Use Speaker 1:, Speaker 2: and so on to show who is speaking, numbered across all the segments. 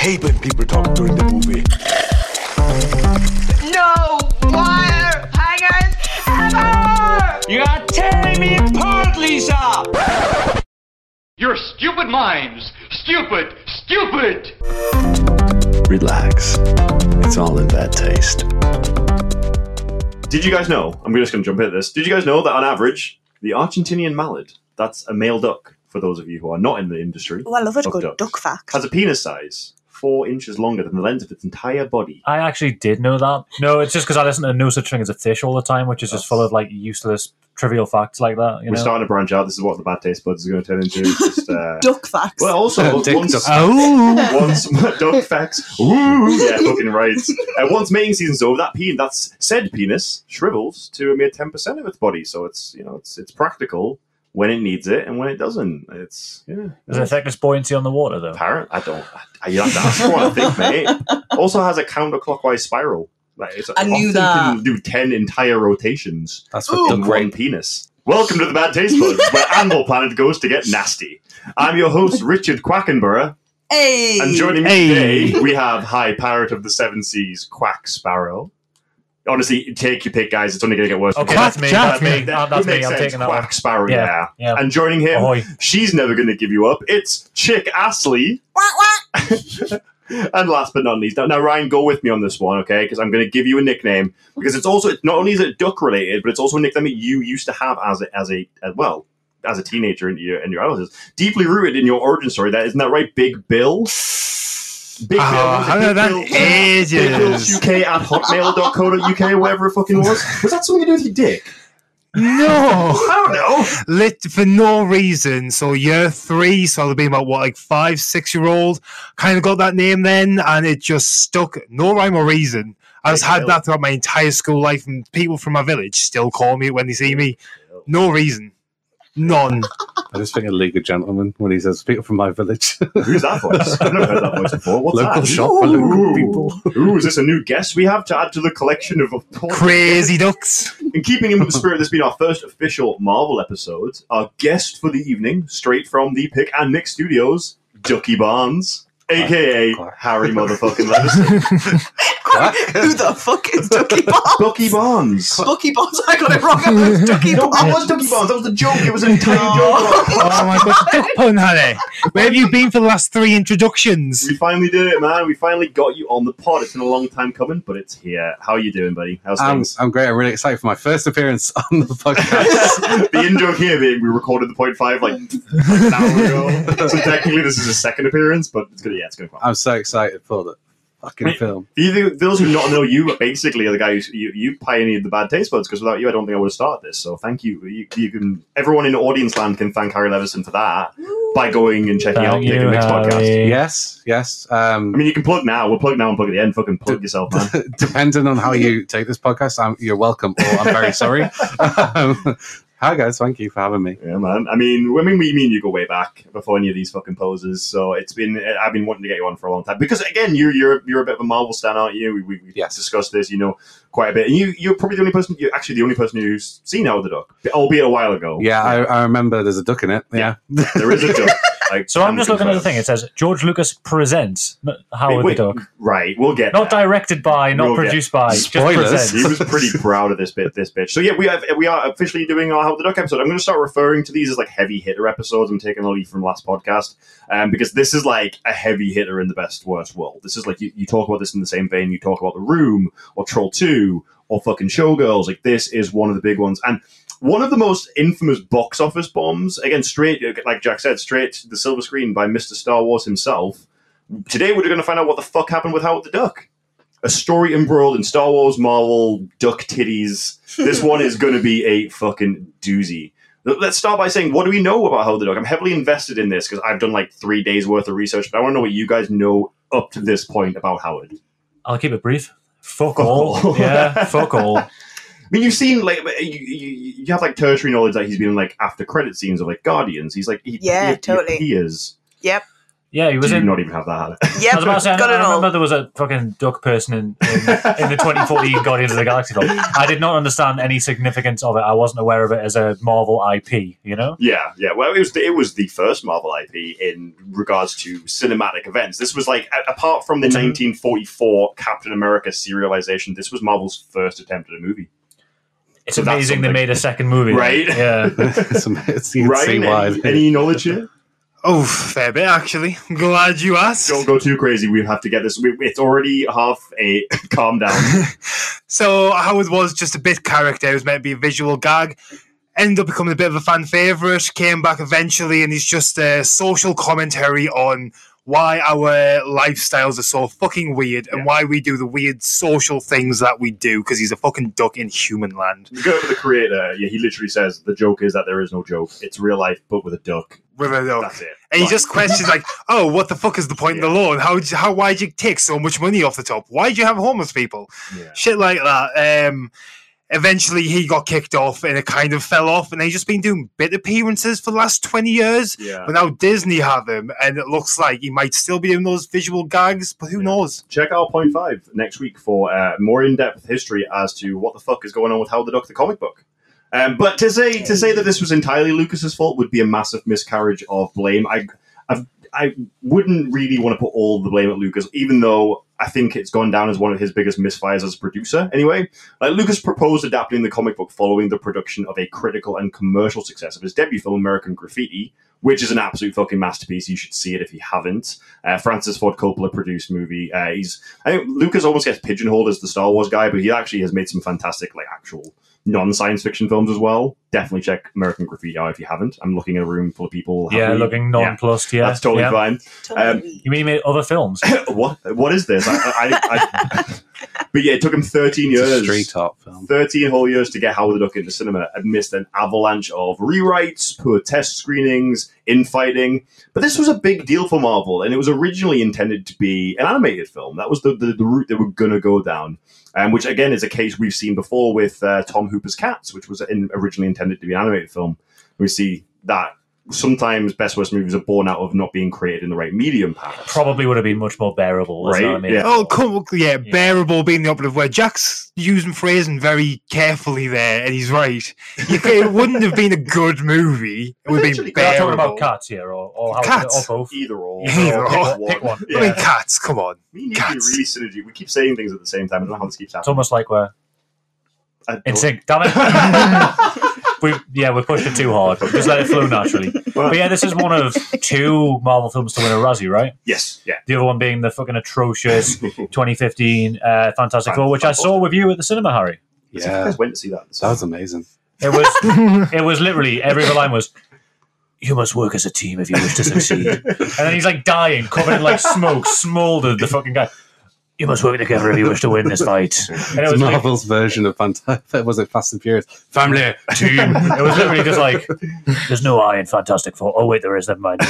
Speaker 1: people talk during the movie.
Speaker 2: No wire hangers ever!
Speaker 3: You are tearing me apart, Lisa!
Speaker 4: Your stupid minds! Stupid! Stupid!
Speaker 5: Relax. It's all in bad taste.
Speaker 6: Did you guys know? I'm just going to jump into this. Did you guys know that on average, the Argentinian mallard, that's a male duck, for those of you who are not in the industry,
Speaker 7: Oh, I love a
Speaker 6: Of
Speaker 7: good
Speaker 6: ducks.
Speaker 7: duck fact.
Speaker 6: has a penis size four inches longer than the length of its entire body.
Speaker 8: I actually did know that. No, it's just because I listen to No Such Thing as a Fish all the time, which is just full of like useless trivial facts like that. You
Speaker 6: We're
Speaker 8: know?
Speaker 6: starting to branch out. This is what the bad taste buds is going to turn into. It's Just, uh,
Speaker 7: Duck facts.
Speaker 6: well, also,
Speaker 5: Dick
Speaker 6: once,
Speaker 5: duck.
Speaker 9: Oh,
Speaker 6: once dog facts. Ooh, yeah, fucking right. Uh, once mating season's over, that penis, that's said penis, shrivels to a mere ten percent of its body. So it's you know it's it's practical when it needs it and when it doesn't. It's yeah.
Speaker 8: Does it affect its buoyancy on the water though?
Speaker 6: Apparent. I don't. I, you have to ask what I think, mate. Also has a counterclockwise spiral. Like it's
Speaker 7: I knew
Speaker 6: often
Speaker 7: that.
Speaker 6: Can do ten entire rotations
Speaker 5: That's
Speaker 6: with
Speaker 5: what
Speaker 6: the
Speaker 5: the
Speaker 6: one
Speaker 5: great.
Speaker 6: penis. Welcome to the Bad Taste Buds, where Animal Planet goes to get nasty. I'm your host, Richard Quackenborough,
Speaker 7: hey!
Speaker 6: and joining me
Speaker 9: Hey.
Speaker 6: today, we have High Pirate of the Seven Seas, Quack Sparrow. Honestly, take your pick, guys. It's only going to get worse.
Speaker 8: Okay,
Speaker 6: from
Speaker 8: that's
Speaker 6: here.
Speaker 8: me.
Speaker 9: Jack.
Speaker 8: That's
Speaker 6: That-
Speaker 8: me. Oh,
Speaker 6: that
Speaker 8: that's me.
Speaker 6: makes
Speaker 8: I'm
Speaker 6: sense.
Speaker 8: taking that
Speaker 6: Quack
Speaker 8: one.
Speaker 6: Sparrow,
Speaker 8: Yeah,
Speaker 6: yeah.
Speaker 8: yeah. Oh,
Speaker 6: And joining him,
Speaker 8: Ahoy.
Speaker 6: she's never going to give you up. It's Chick Astley.
Speaker 7: Wah, wah.
Speaker 6: And last but not least, now, now, Ryan, go with me on this one, okay? Because I'm going to give you a nickname because it's also not only is it duck related, but it's also a nickname that you used to have as a, as a as well as a teenager in your in your adolescence, deeply rooted in your origin story. That isn't that right, Big Bill? Big
Speaker 9: oh
Speaker 6: was it
Speaker 9: I know
Speaker 6: Big
Speaker 9: that
Speaker 6: Bill- Big Bill's
Speaker 9: ages.
Speaker 6: UK at hotmail.co.uk, whatever it fucking was. Was that something to do with your dick?
Speaker 9: No,
Speaker 6: I don't know.
Speaker 9: lit for no reason. So year three, so I'll be about what like five, six year old. Kind of got that name then, and it just stuck. No rhyme or reason. I just
Speaker 6: Big
Speaker 9: had
Speaker 6: Bill.
Speaker 9: that throughout my entire school life, and people from my village still call me it when they see me. No reason, none.
Speaker 5: I just think of League of Gentlemen when he says, people from my village.
Speaker 6: Who's that voice? I've never heard that voice before. What's
Speaker 5: Local
Speaker 6: that?
Speaker 5: shop for local people.
Speaker 6: Ooh, is this a new guest we have to add to the collection of
Speaker 9: Crazy ducks.
Speaker 6: In keeping in with the spirit, of this being our first official Marvel episode. Our guest for the evening, straight from the Pick and Nick Studios, Ducky Barnes, aka
Speaker 5: Clark.
Speaker 6: Harry Motherfucking Levinson.
Speaker 7: Who the fuck is Ducky Bob?
Speaker 6: Ducky Barnes.
Speaker 7: Ducky Boss, I got it wrong. I thought it was Ducky
Speaker 6: No, that
Speaker 7: Bob.
Speaker 6: was Ducky Barnes. That was the joke. It was an entire joke.
Speaker 9: Oh my gosh, duck pun, honey. Where have you been for the last three introductions?
Speaker 6: We finally did it, man. We finally got you on the pod. It's been a long time coming, but it's here. How you doing, buddy? How's
Speaker 5: I'm,
Speaker 6: things?
Speaker 5: I'm great. I'm really excited for my first appearance on the podcast.
Speaker 6: the in joke here being we recorded the point five like, like an hour ago. So technically this is a second appearance, but it's gonna yeah, it's gonna come.
Speaker 5: I'm so excited for the fucking
Speaker 6: Wait.
Speaker 5: film.
Speaker 6: Either, those who not know you basically are the guy who you, you pioneered the bad taste buds because without you I don't think I would have started this. So thank you. you. You can everyone in audience land can thank Harry Levison for that by going and checking out
Speaker 8: Thank
Speaker 6: Nick
Speaker 8: you,
Speaker 6: and Nick's podcast.
Speaker 8: Harry.
Speaker 5: Yes, yes. Um,
Speaker 6: I mean you can plug now, we'll plug now and plug at the end, fucking plug yourself, man.
Speaker 5: depending on how you take this podcast, I'm, you're welcome. Or I'm very sorry. um, hi, guys. Thank you for having me.
Speaker 6: Yeah, man. I mean, I mean, we mean you go way back before any of these fucking poses. So it's been I've been wanting to get you on for a long time because again, you're you're you're a bit of a Marvel stan, aren't you? We we, we
Speaker 5: Yes.
Speaker 6: discussed this, you know, quite a bit. And you you're probably the only person you're actually the only person who's seen Howard the Duck, albeit a while ago.
Speaker 5: Yeah, I, I remember there's a duck in it. Yeah.
Speaker 6: there is a duck. Like,
Speaker 8: So I'm just looking at the
Speaker 6: confirmed.
Speaker 8: thing. It says George Lucas presents N- Howard
Speaker 6: Wait,
Speaker 8: the
Speaker 6: wait,
Speaker 8: Duck.
Speaker 6: Right, we'll get
Speaker 8: Not
Speaker 6: there.
Speaker 8: directed by, not
Speaker 6: We'll get-
Speaker 8: produced by.
Speaker 5: Spoilers.
Speaker 8: Just
Speaker 6: He
Speaker 8: presents.
Speaker 6: was pretty proud of this bit, this bitch. So yeah, we have we are officially doing our How the Duck episode. I'm going to start referring to these as like heavy hitter episodes. I'm taking a lead from last podcast um, because this is like a heavy hitter in the best worst world. This is like you, you talk about this in the same vein. You talk about the Room or Troll Two or fucking Showgirls. Like this is one of the big ones and. One of the most infamous box office bombs, again, straight, like Jack said, straight to the silver screen by Mr. Star Wars himself. Today, we're going to find out what the fuck happened with Howard the Duck a story embroiled in Star Wars, Marvel, duck titties. This one is going to be a fucking doozy. L- Let's start by saying, what do we know about How the Duck? I'm heavily invested in this because I've done like three days worth of research, but I want to know what you guys know up to this point about Howard.
Speaker 8: I'll keep it brief. Fuck
Speaker 6: Fuck
Speaker 8: all.
Speaker 6: all.
Speaker 8: yeah, fuck all.
Speaker 6: I mean, you've seen like you, you, you have like tertiary knowledge that he's been in, like after credit scenes of like Guardians. He's like he,
Speaker 7: Yeah,
Speaker 6: he- he
Speaker 7: totally.
Speaker 6: appears.
Speaker 8: Yeah, he was
Speaker 6: Do you
Speaker 8: in.
Speaker 6: not even have that, Hannah?
Speaker 8: I
Speaker 7: Yep,
Speaker 8: was about to say, I-
Speaker 7: got
Speaker 8: I,
Speaker 7: it
Speaker 8: remember
Speaker 7: all.
Speaker 8: there was a fucking duck person in, in, in the 2014 Guardians of the Galaxy film. I did not understand any significance of it. I wasn't aware of it as a Marvel IP, you know?
Speaker 6: Yeah, yeah. Well, it was the, it was the first Marvel IP in regards to cinematic events. This was like a- apart from the 1944 Captain America serialization, this was Marvel's first attempt at a movie.
Speaker 8: It's
Speaker 6: So that's
Speaker 8: amazing they
Speaker 6: something.
Speaker 8: made a second movie.
Speaker 6: Right?
Speaker 8: Yeah.
Speaker 5: it's, it's, you can see
Speaker 6: Ryan,
Speaker 5: why.
Speaker 6: any, any knowledge here?
Speaker 9: Oh, fair bit actually. I'm glad you asked.
Speaker 6: Don't go too crazy. We have to get this. We, it's already half eight. Calm down.
Speaker 9: So Howard was just a bit character. It was meant to be a visual gag. Ended up becoming a bit of a fan favorite. Came back eventually, and he's just a social commentary on why our lifestyles are so fucking weird and why we do the weird social things that we do. Because he's a fucking duck in human land
Speaker 6: go for the creator. Yeah, he literally says the joke is that there is no joke. It's real life, but with a duck.
Speaker 9: with a duck.
Speaker 6: That's it.
Speaker 9: And he
Speaker 6: Right.
Speaker 9: just questions like, "Oh, what the fuck is the point of the law? And how how why'd you take so much money off the top? Why'd you have homeless people?
Speaker 6: Yeah.
Speaker 9: Shit like that." Um, eventually, he got kicked off, and it kind of fell off. And he's just been doing bit appearances for the last twenty years.
Speaker 6: Yeah.
Speaker 9: But now Disney have him, and it looks like he might still be doing those visual gags. But who
Speaker 6: Yeah.
Speaker 9: knows?
Speaker 6: check out point five next week for uh, more in-depth history as to what the fuck is going on with How the Duck the comic book. Um, but to say to say that this was entirely Lucas's fault would be a massive miscarriage of blame. I I've, I wouldn't really want to put all the blame at Lucas, even though I think it's gone down as one of his biggest misfires as a producer. Anyway, like Lucas proposed adapting the comic book following the production of a critical and commercial success of his debut film American Graffiti, which is an absolute fucking masterpiece. You should see it if you haven't. Uh, Francis Ford Coppola produced movie. Uh, he's I think Lucas almost gets pigeonholed as the Star Wars guy, but he actually has made some fantastic like actual non science fiction films as well. Definitely check American Graffiti out if you haven't. I'm looking at a room full of people.
Speaker 8: Yeah,
Speaker 6: happy.
Speaker 8: looking nonplussed. Yeah.
Speaker 6: That's totally
Speaker 8: yeah.
Speaker 6: fine.
Speaker 7: Totally.
Speaker 8: You mean he made other films?
Speaker 6: what what is this? I, I, I, but yeah, it took him 13
Speaker 5: It's a
Speaker 6: years.
Speaker 5: straight up film.
Speaker 6: 13 whole years to get Howard the Duck into cinema amidst an avalanche of rewrites, poor test screenings, infighting. But this was a big deal for Marvel, and it was originally intended to be an animated film. That was the, the, the route they were going to go down, um, which again is a case we've seen before with uh, Tom Hooper's Cats, which was in, originally intended to be an animated film. We see that sometimes best worst movies are born out of not being created in the right medium, perhaps.
Speaker 8: Probably would have been much more bearable. That's
Speaker 6: Right,
Speaker 8: what I mean.
Speaker 6: yeah.
Speaker 9: Oh, cool. Yeah,
Speaker 8: Yeah.
Speaker 9: bearable being the operative word. Jack's using phrasing very carefully there, and he's right. You c- it wouldn't have been a good movie. It would have
Speaker 6: Potentially,
Speaker 9: been
Speaker 6: but I'm
Speaker 8: We're
Speaker 9: bearable.
Speaker 8: talking about cats here, or, or, how,
Speaker 9: Cats?
Speaker 8: or both.
Speaker 6: Either or.
Speaker 9: Either or.
Speaker 6: Pick
Speaker 8: Pick one.
Speaker 9: I mean,
Speaker 6: Yeah.
Speaker 9: cats, come on.
Speaker 6: Me and you
Speaker 9: Cats.
Speaker 6: really synergy. We keep saying things at the same time. I don't know how this keeps
Speaker 8: It's
Speaker 6: happening.
Speaker 8: almost like we're
Speaker 6: I don't-
Speaker 8: in sync. Damn it. we, yeah, we pushed it too hard. Just let it flow naturally. But yeah, this is one of two Marvel films to win a Razzie, right?
Speaker 6: Yes, yeah.
Speaker 8: The other one being the fucking atrocious 2015 uh, Fantastic
Speaker 6: Fan-
Speaker 8: Four, which I saw with you at the cinema, Harry.
Speaker 6: I
Speaker 5: Yeah,
Speaker 6: just went to see that.
Speaker 5: that was amazing.
Speaker 8: It was it was literally every other line was you must work as a team if you wish to succeed. and then he's like dying, covered in like smoke, smouldered the fucking guy. You must work together if you wish to win this fight. And it
Speaker 5: It's
Speaker 8: was, like-
Speaker 5: Marvel's version of Fantastic. Was it Fast and Furious? Family team.
Speaker 8: it was literally just like there's no I in Fantastic Four. Oh wait, there is. Never mind.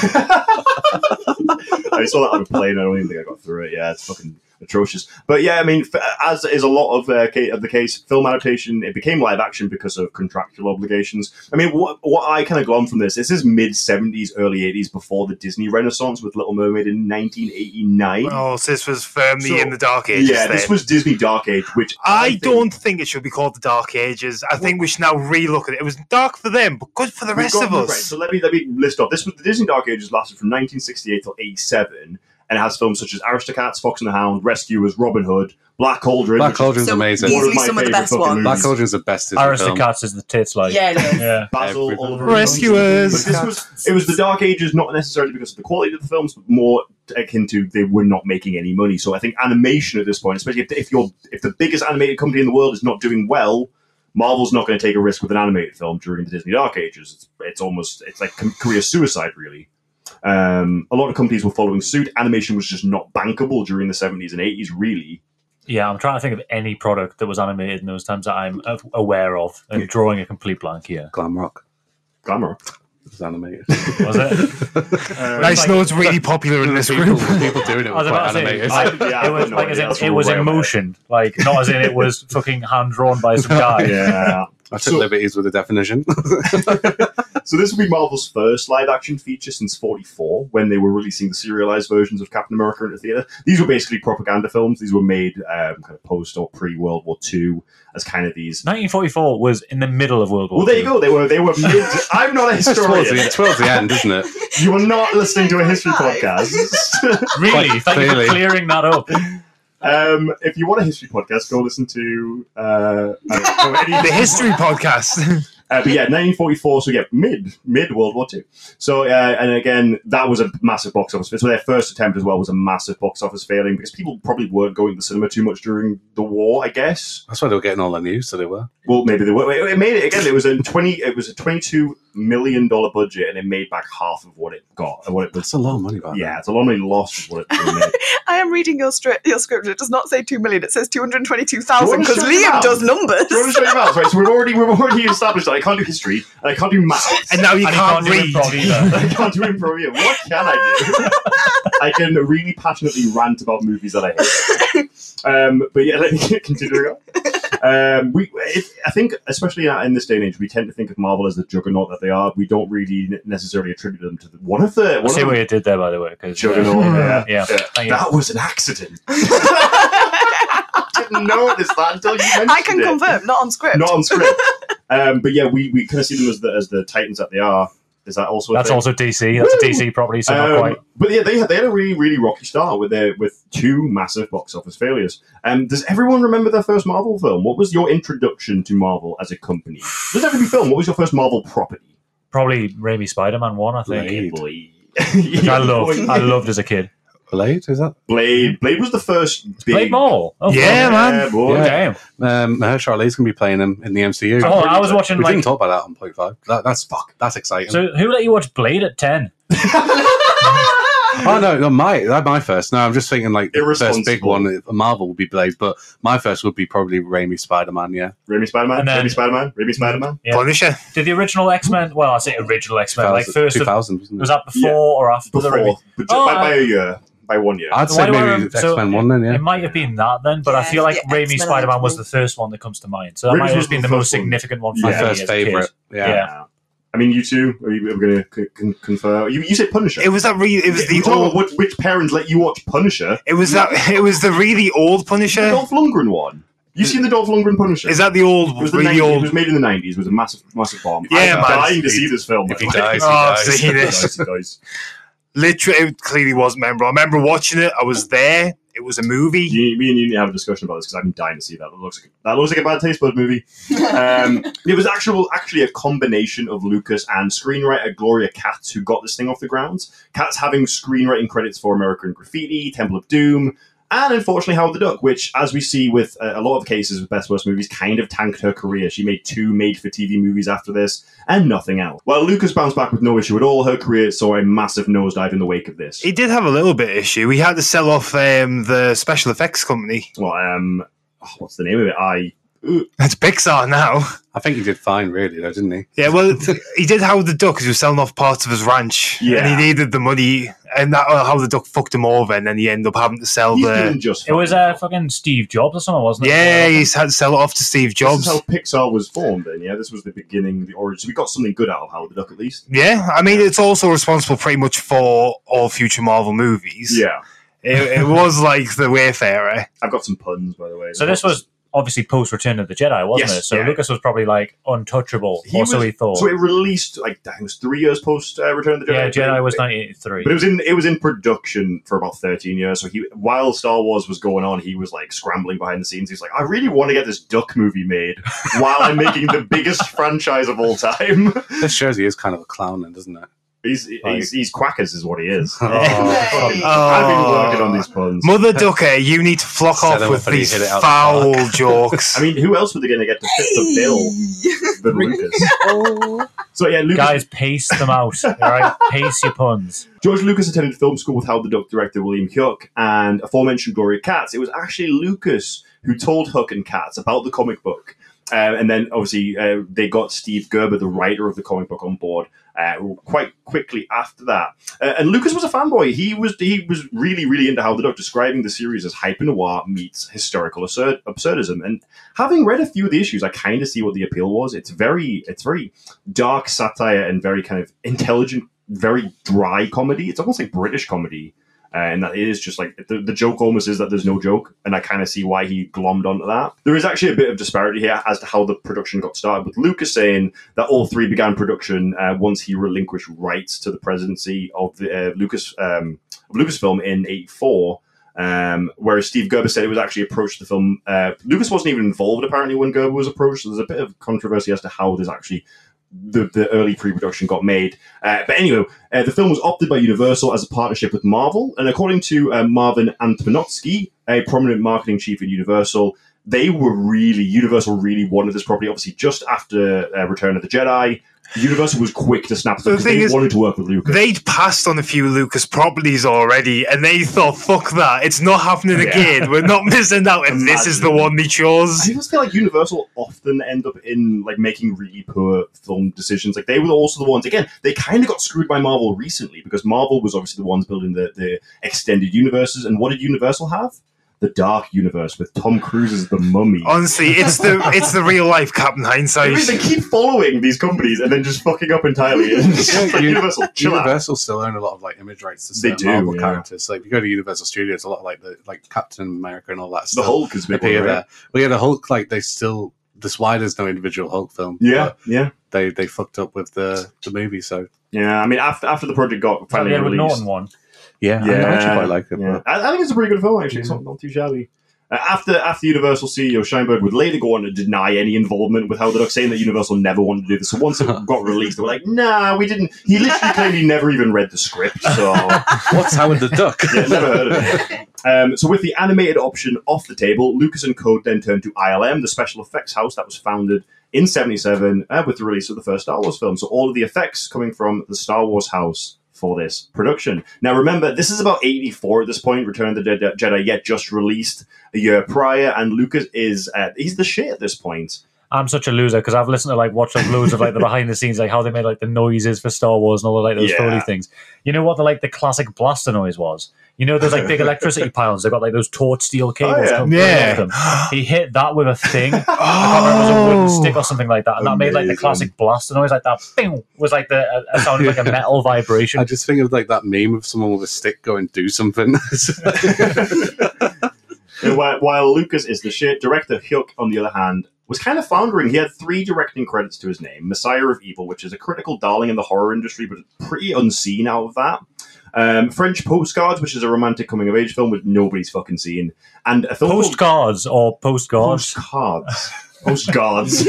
Speaker 6: I saw that on a plane. I don't even think I got through it. Yeah, it's fucking atrocious. But yeah, I mean, f- as is a lot of, uh, ca- of the case, film adaptation it became live action because of contractual obligations. I mean, what what I kind of glom from this, this is mid seventies, early eighties, before the Disney Renaissance with Little Mermaid in nineteen eighty nine.
Speaker 9: Oh, so this was firmly
Speaker 6: So,
Speaker 9: in the Dark Ages.
Speaker 6: Yeah,
Speaker 9: then.
Speaker 6: this was Disney Dark Age, which
Speaker 9: I
Speaker 6: think-
Speaker 9: don't think it should be called the Dark Ages. I think we should now relook at it. It was dark for them, but good for the
Speaker 6: We've
Speaker 9: rest
Speaker 6: got-
Speaker 9: of
Speaker 6: Right,
Speaker 9: us.
Speaker 6: so let me let me list off. This was the Disney Dark Ages lasted from 1968 till 87, and it has films such as Aristocats, Fox and the Hound, Rescuers, Robin Hood, Black Cauldron.
Speaker 5: Black
Speaker 6: which is
Speaker 5: Cauldron's
Speaker 7: So
Speaker 5: amazing.
Speaker 6: one
Speaker 7: easily
Speaker 6: my
Speaker 7: some of the
Speaker 6: favourite
Speaker 7: best
Speaker 6: fucking
Speaker 7: ones.
Speaker 5: Black
Speaker 6: movies.
Speaker 5: Cauldron's the best Disney film.
Speaker 8: Aristocrats is the tits like.
Speaker 7: Yeah, it is.
Speaker 8: Yeah.
Speaker 6: Basil,
Speaker 5: Everything.
Speaker 6: Oliver
Speaker 9: Rescuers.
Speaker 6: But this was it was the Dark Ages, not necessarily because of the quality of the films, but more akin to they were not making any money. So I think animation at this point, especially if, if you're if the biggest animated company in the world is not doing well, Marvel's not going to take a risk with an animated film during the Disney Dark Ages. It's, it's almost it's like com- career suicide, really. Um, a lot of companies were following suit. Animation was just not bankable during the 70s and 80s, really.
Speaker 8: Yeah, I'm trying to think of any product that was animated in those times that I'm a- aware of and drawing a complete blank here.
Speaker 5: Glam rock
Speaker 6: Glamour.
Speaker 5: was animated.
Speaker 8: Was it?
Speaker 9: Nice,
Speaker 8: like-
Speaker 9: no, it's really popular in this
Speaker 5: people,
Speaker 9: group.
Speaker 5: the people doing it
Speaker 8: I was
Speaker 5: were
Speaker 8: about
Speaker 5: quite
Speaker 8: to say,
Speaker 5: animated.
Speaker 8: I-
Speaker 6: Yeah, I've
Speaker 8: it was
Speaker 6: got no
Speaker 8: like as
Speaker 6: idea.
Speaker 8: in,
Speaker 6: That's
Speaker 8: it
Speaker 6: all
Speaker 8: was
Speaker 6: way
Speaker 8: in
Speaker 6: away.
Speaker 8: motion, like not as in it was fucking hand drawn by some guy.
Speaker 6: Yeah.
Speaker 5: I took liberties with the definition.
Speaker 6: So this will be Marvel's first live action feature since 44, when they were releasing the serialized versions of Captain America into theater. These were basically propaganda films. These were made um, kind of post or pre World War II as kind of these.
Speaker 8: 1944 was in the middle of World War.
Speaker 6: Well, there you
Speaker 8: II.
Speaker 6: go. They were they were made. I'm not a
Speaker 5: towards,
Speaker 6: historian.
Speaker 5: the, e-, towards the end, isn't it?
Speaker 6: You are not listening to a history
Speaker 7: Five.
Speaker 6: podcast.
Speaker 5: Quite
Speaker 8: Really, thank you for
Speaker 5: clearly.
Speaker 8: clearing that up.
Speaker 6: Um, if you want a history podcast, go listen to uh, I don't know, any-
Speaker 9: The history podcast.
Speaker 6: Uh, but yeah, 1944. So yeah, mid mid World War Two. So uh, and again, that was a massive box office. So their first attempt as well was a massive box office failing because people probably weren't going to the cinema too much during the war. I guess.
Speaker 5: That's why they were getting all their news, so they were.
Speaker 6: Well, maybe they were. It it made it again. It was a 20. It was a 22 million dollar budget, and it made back half of what it got. What it was.
Speaker 5: That's a lot of money, back
Speaker 6: Yeah, it's a lot of money lost. Is what it really made.
Speaker 7: I am reading your, stri- your script. It does not say 2 million, it says 222,000
Speaker 6: Do you
Speaker 7: because
Speaker 6: wanna shut
Speaker 7: Liam
Speaker 6: it
Speaker 7: does numbers.
Speaker 6: Do you want to show your mouth? Right, so we've already we've already established that I can't do history and I can't do maths.
Speaker 9: and now you
Speaker 8: And
Speaker 9: can't,
Speaker 8: you
Speaker 9: read.
Speaker 8: can't do improv either.
Speaker 6: I can't do improv here. What can I do? I can really passionately rant about movies that I hate. Um, but yeah, let me continue on. Um, we, it, I think, especially in this day and age, we tend to think of Marvel as the juggernaut that they are. We don't really necessarily attribute them to the, one of the
Speaker 8: I
Speaker 6: one
Speaker 8: see
Speaker 6: of
Speaker 8: what
Speaker 6: the
Speaker 8: you did there, by the way. 'cause, uh,
Speaker 6: juggernaut. yeah.
Speaker 8: yeah.
Speaker 6: Yeah.
Speaker 8: Thank you.
Speaker 6: That was an accident. Didn't notice that until you mentioned
Speaker 7: I can
Speaker 6: it.
Speaker 7: confirm, not on script.
Speaker 6: Not on script. um, but yeah, we, we kind of see them as the, as the titans that they are. Is that also a
Speaker 8: That's
Speaker 6: thing?
Speaker 8: also DC. That's
Speaker 6: Woo!
Speaker 8: a DC property, so not
Speaker 6: Um,
Speaker 8: quite.
Speaker 6: But yeah, they had, they had a really really rocky start with their with two massive box office failures. Um, does everyone remember their first Marvel film? What was your introduction to Marvel as a company? Doesn't have to be film. What was your first Marvel property?
Speaker 8: Probably Raimi Spider Man 1, I think.
Speaker 5: Blade.
Speaker 8: Which I
Speaker 6: I
Speaker 8: loved. I loved as a kid.
Speaker 5: Blade, is that?
Speaker 6: Blade. Blade was the first big.
Speaker 8: Blade Mall. Oh,
Speaker 9: Yeah,
Speaker 8: fuck.
Speaker 9: man.
Speaker 6: boy.
Speaker 5: Yeah.
Speaker 8: Damn.
Speaker 5: Um, Mahershala Ali's going to be playing him in the MCU.
Speaker 8: Oh, I was watching,
Speaker 5: We
Speaker 8: like-
Speaker 5: didn't talk about that on Point Five. That, that's fuck. That's exciting.
Speaker 8: So, who let you watch Blade at 10?
Speaker 5: oh no, no, my that my first. No, I'm just thinking like the first big
Speaker 6: Irresponsible.
Speaker 5: one. Marvel would be Blade, but my first would be probably Raimi Spider Man. Yeah,
Speaker 6: Raimi Spider Man.
Speaker 8: And then- Mm-hmm.
Speaker 6: Raimi Spider Man. Raimi Spider Man.
Speaker 8: Yeah.
Speaker 9: Punisher.
Speaker 8: Did the original X Men? Well, I say original X Men. Like, first of,
Speaker 5: 2000 wasn't it?
Speaker 8: was that before
Speaker 6: Yeah.
Speaker 8: or after
Speaker 6: Before,
Speaker 8: the Raimi?
Speaker 6: but
Speaker 8: Oh,
Speaker 6: by, by
Speaker 8: I-
Speaker 6: a year, by one year.
Speaker 5: I'd
Speaker 8: Why
Speaker 5: say
Speaker 8: do I
Speaker 5: maybe
Speaker 8: remember-
Speaker 5: X Men
Speaker 8: so
Speaker 5: One then. Yeah,
Speaker 8: It might have been that then, but I
Speaker 7: Yeah,
Speaker 8: feel like
Speaker 7: yeah,
Speaker 8: Raimi
Speaker 7: X-Men
Speaker 8: Spider Man was
Speaker 7: original.
Speaker 8: the first one that comes to mind. So that
Speaker 6: Raimi's
Speaker 8: might have
Speaker 6: was
Speaker 8: just been
Speaker 6: the
Speaker 8: the
Speaker 6: first
Speaker 8: most
Speaker 6: one.
Speaker 8: significant one for
Speaker 5: my
Speaker 6: Yeah.
Speaker 8: me as
Speaker 5: first
Speaker 8: a
Speaker 5: favorite.
Speaker 8: kid.
Speaker 5: Yeah.
Speaker 8: Yeah.
Speaker 6: I mean, you two. Are you, are we going to c- con- confer? You, you said Punisher.
Speaker 9: It was that. Re- it was
Speaker 6: We
Speaker 9: the
Speaker 6: talked about
Speaker 9: old.
Speaker 6: which, which parents let you watch Punisher?
Speaker 9: It was that. It was the really old
Speaker 6: The
Speaker 9: Punisher.
Speaker 6: Dolph Lundgren one. You seen the Dolph Lundgren Punisher?
Speaker 9: Is that the
Speaker 6: It
Speaker 9: old,
Speaker 6: was, the
Speaker 9: really
Speaker 6: 90s, it
Speaker 9: old?
Speaker 6: was made in the nineties. It was a massive, massive bomb.
Speaker 9: Yeah,
Speaker 6: I'm
Speaker 9: man.
Speaker 6: dying to see this film.
Speaker 5: If he
Speaker 6: by the way.
Speaker 5: dies, he
Speaker 9: Oh, I've
Speaker 5: dies.
Speaker 9: seen it.
Speaker 6: Dies, he dies.
Speaker 9: Literally, it clearly was memorable. I remember watching it. I was there. It was a movie.
Speaker 6: You, me and you need to have a discussion about this because I've been dying to see that. That looks like, that looks like a bad taste bud movie. Um, it was actual, actually a combination of Lucas and screenwriter Gloria Katz who got this thing off the ground. Katz having screenwriting credits for American Graffiti, Temple of Doom, and unfortunately Howard the Duck, which, as we see with uh, a lot of cases with Best Worst Movies, kind of tanked her career. She made two made-for-TV movies after this and nothing else. While Lucas bounced back with no issue at all, her career saw a massive nosedive in the wake of this.
Speaker 9: He did have a little bit of issue. He had to sell off um, the special effects company.
Speaker 6: well, um, oh, what's the name of it? I
Speaker 9: That's Pixar now.
Speaker 5: I think he did fine, really, though, didn't he?
Speaker 9: Yeah, well, he did Howard the Duck because he was selling off parts of his ranch, and
Speaker 6: Yeah.
Speaker 9: he needed the money, and that uh, Howard the Duck fucked him over, and then he ended up having to sell
Speaker 6: He's
Speaker 9: the.
Speaker 6: doing just
Speaker 8: It
Speaker 6: fine.
Speaker 8: was uh, fucking Steve Jobs or someone, wasn't it?
Speaker 9: Yeah, he's had to sell it off to Steve
Speaker 6: This
Speaker 9: Jobs.
Speaker 6: is how Pixar was formed. Then, yeah, this was the beginning, the origins. We got something good out of Howard the Duck, at least.
Speaker 9: Yeah, I mean, it's also responsible pretty much for all future Marvel movies.
Speaker 6: Yeah,
Speaker 9: It, it was like The Wayfarer.
Speaker 6: I've got some puns, by the way.
Speaker 8: So this was obviously post Return of the Jedi, wasn't
Speaker 6: Yes,
Speaker 8: it? So
Speaker 6: yeah.
Speaker 8: Lucas was probably like untouchable,
Speaker 6: He
Speaker 8: or
Speaker 6: was-
Speaker 8: so he thought.
Speaker 6: So it released like I think it was three years post uh, Return of the Jedi.
Speaker 8: yeah, Jedi was
Speaker 6: But
Speaker 8: 1983.
Speaker 6: it was in it was in production for about thirteen years. So he, while Star Wars was going on, he was like scrambling behind the scenes. He's like, I really want to get this Duck movie made while I'm making the biggest franchise of all time.
Speaker 5: This shows he is kind of a clown, then, doesn't it?
Speaker 6: He's
Speaker 5: Like-
Speaker 6: he's, he's quackers, is what he is.
Speaker 5: Oh.
Speaker 7: Hey.
Speaker 6: I've been working on these puns.
Speaker 9: Mother Ducker, you need to flock
Speaker 5: Set
Speaker 9: off
Speaker 5: them
Speaker 9: with
Speaker 5: up and he
Speaker 9: these
Speaker 5: hit it out the
Speaker 9: foul
Speaker 5: park.
Speaker 9: jokes.
Speaker 6: I mean, who else were they going to get to fit the bill? than Lucas. So yeah, Lucas,
Speaker 8: Guys, pace them out. all right, pace your puns.
Speaker 6: George Lucas attended film school with Howard the Duck director William Hyuk and aforementioned Gloria Katz. It was actually Lucas who told Hook and Katz about the comic book. Um, and then obviously uh, they got Steve Gerber, the writer of the comic book, on board uh, quite quickly after that. Uh, and Lucas was a fanboy. He was he was really really into How the Duck, describing the series as hyper noir meets historical absurd- absurdism. And having read a few of the issues, I kind of see what the appeal was. It's very it's very dark satire and very kind of intelligent, very dry comedy. It's almost like British comedy. Uh, and that is just like the, the joke almost is that there's no joke, and I kind of see why he glommed onto that. There is actually a bit of disparity here as to how the production got started, with Lucas saying that all three began production uh, once he relinquished rights to the presidency of the uh, Lucas um, of Lucasfilm in '84. Um, whereas Steve Gerber said it was actually approached the film. Uh, Lucas wasn't even involved apparently when Gerber was approached. So there's a bit of controversy as to how this actually the, the early pre-production got made. Uh, but anyway, uh, the film was opted by Universal as a partnership with Marvel, and according to uh, Marvin Antonotsky, a prominent marketing chief at Universal, they were really Universal really wanted this property. Obviously, just after uh, Return of the Jedi, Universal was quick to snap
Speaker 9: The
Speaker 6: them because
Speaker 9: thing
Speaker 6: they
Speaker 9: is,
Speaker 6: wanted to work with Lucas.
Speaker 9: They'd passed on a few Lucas properties already, and they thought, "Fuck that! It's not happening
Speaker 6: Yeah.
Speaker 9: again. We're not missing out." And this is the
Speaker 6: Imagine.
Speaker 9: one they chose.
Speaker 6: I just feel like Universal often end up in like making really poor film decisions. Like they were also the ones again. They kind of got screwed by Marvel recently because Marvel was obviously the ones building the, the extended universes. And what did Universal have? The Dark Universe with Tom Cruise as the Mummy.
Speaker 9: Honestly, it's the it's the real life Captain
Speaker 6: I
Speaker 9: Hindsight.
Speaker 6: mean, they keep following these companies and then just fucking up entirely. It's just like,
Speaker 5: Yeah, you-
Speaker 6: Universal, chill out.
Speaker 5: Universal still own a lot of like image rights to
Speaker 6: They
Speaker 5: certain
Speaker 6: do,
Speaker 5: Marvel
Speaker 6: yeah.
Speaker 5: characters. Like if you go to Universal Studios, a lot of like the like Captain America and all that
Speaker 6: The
Speaker 5: stuff
Speaker 6: Hulk is a big one,
Speaker 5: appear
Speaker 6: right?
Speaker 5: there. But yeah, the Hulk like they still. That's why there's no individual Hulk film.
Speaker 6: Yeah,
Speaker 5: But
Speaker 6: yeah,
Speaker 5: they they fucked up with the the movie. So
Speaker 6: yeah. I mean, after after the project got
Speaker 8: Like
Speaker 6: finally
Speaker 8: the Edward
Speaker 6: released,
Speaker 8: Norton one.
Speaker 5: yeah, I actually quite like it.
Speaker 6: yeah.
Speaker 5: But
Speaker 6: I, I think it's a pretty good film, actually. It's not, not too shabby. Uh, after after Universal CEO Scheinberg would later go on to deny any involvement with How the Duck, saying that Universal never wanted to do this. So once it got released, they were like, "Nah, we didn't." He literally claimed he never even read the script. So.
Speaker 5: What's Howard the Duck?
Speaker 6: Yeah, never heard of it. Um, so, with the animated option off the table, Lucas and Co. then turned to ILM, the special effects house that was founded in '77 uh, with the release of the first Star Wars film. So, all of the effects coming from the Star Wars house for this production. Now, remember, this is about '84 at this point. Return of the Jedi, Jedi yet just released a year prior, and Lucas is uh, he's the shit at this point.
Speaker 8: I'm such a loser because I've listened to like watched like, loads of like the behind the scenes, like how they made like the noises for Star Wars and all the like those
Speaker 6: Yeah.
Speaker 8: Foley things. You know what the like the classic blaster noise was? You know those like big electricity pylons. They've got like those taut steel cables.
Speaker 6: yeah.
Speaker 8: coming
Speaker 9: Yeah.
Speaker 8: off them. He hit that with a thing. I can't remember, it was
Speaker 9: Oh.
Speaker 8: a wooden stick or something like that, and that made like the
Speaker 6: Amazing.
Speaker 8: classic blaster noise, like that. Bing, was like the uh, uh, sound of like a metal vibration.
Speaker 5: I just think of like that meme of someone with a stick going do something.
Speaker 6: And while, while Lucas is the shit, director Hyuk, on the other hand, was kind of foundering. He had three directing credits to his name Messiah of Evil, which is a critical darling in the horror industry, but pretty unseen out of that. Um, French Postcards, which is a romantic coming of age film which nobody's fucking seen. And a film called-
Speaker 8: Postcards or postcards.
Speaker 6: Postcards. Postcards.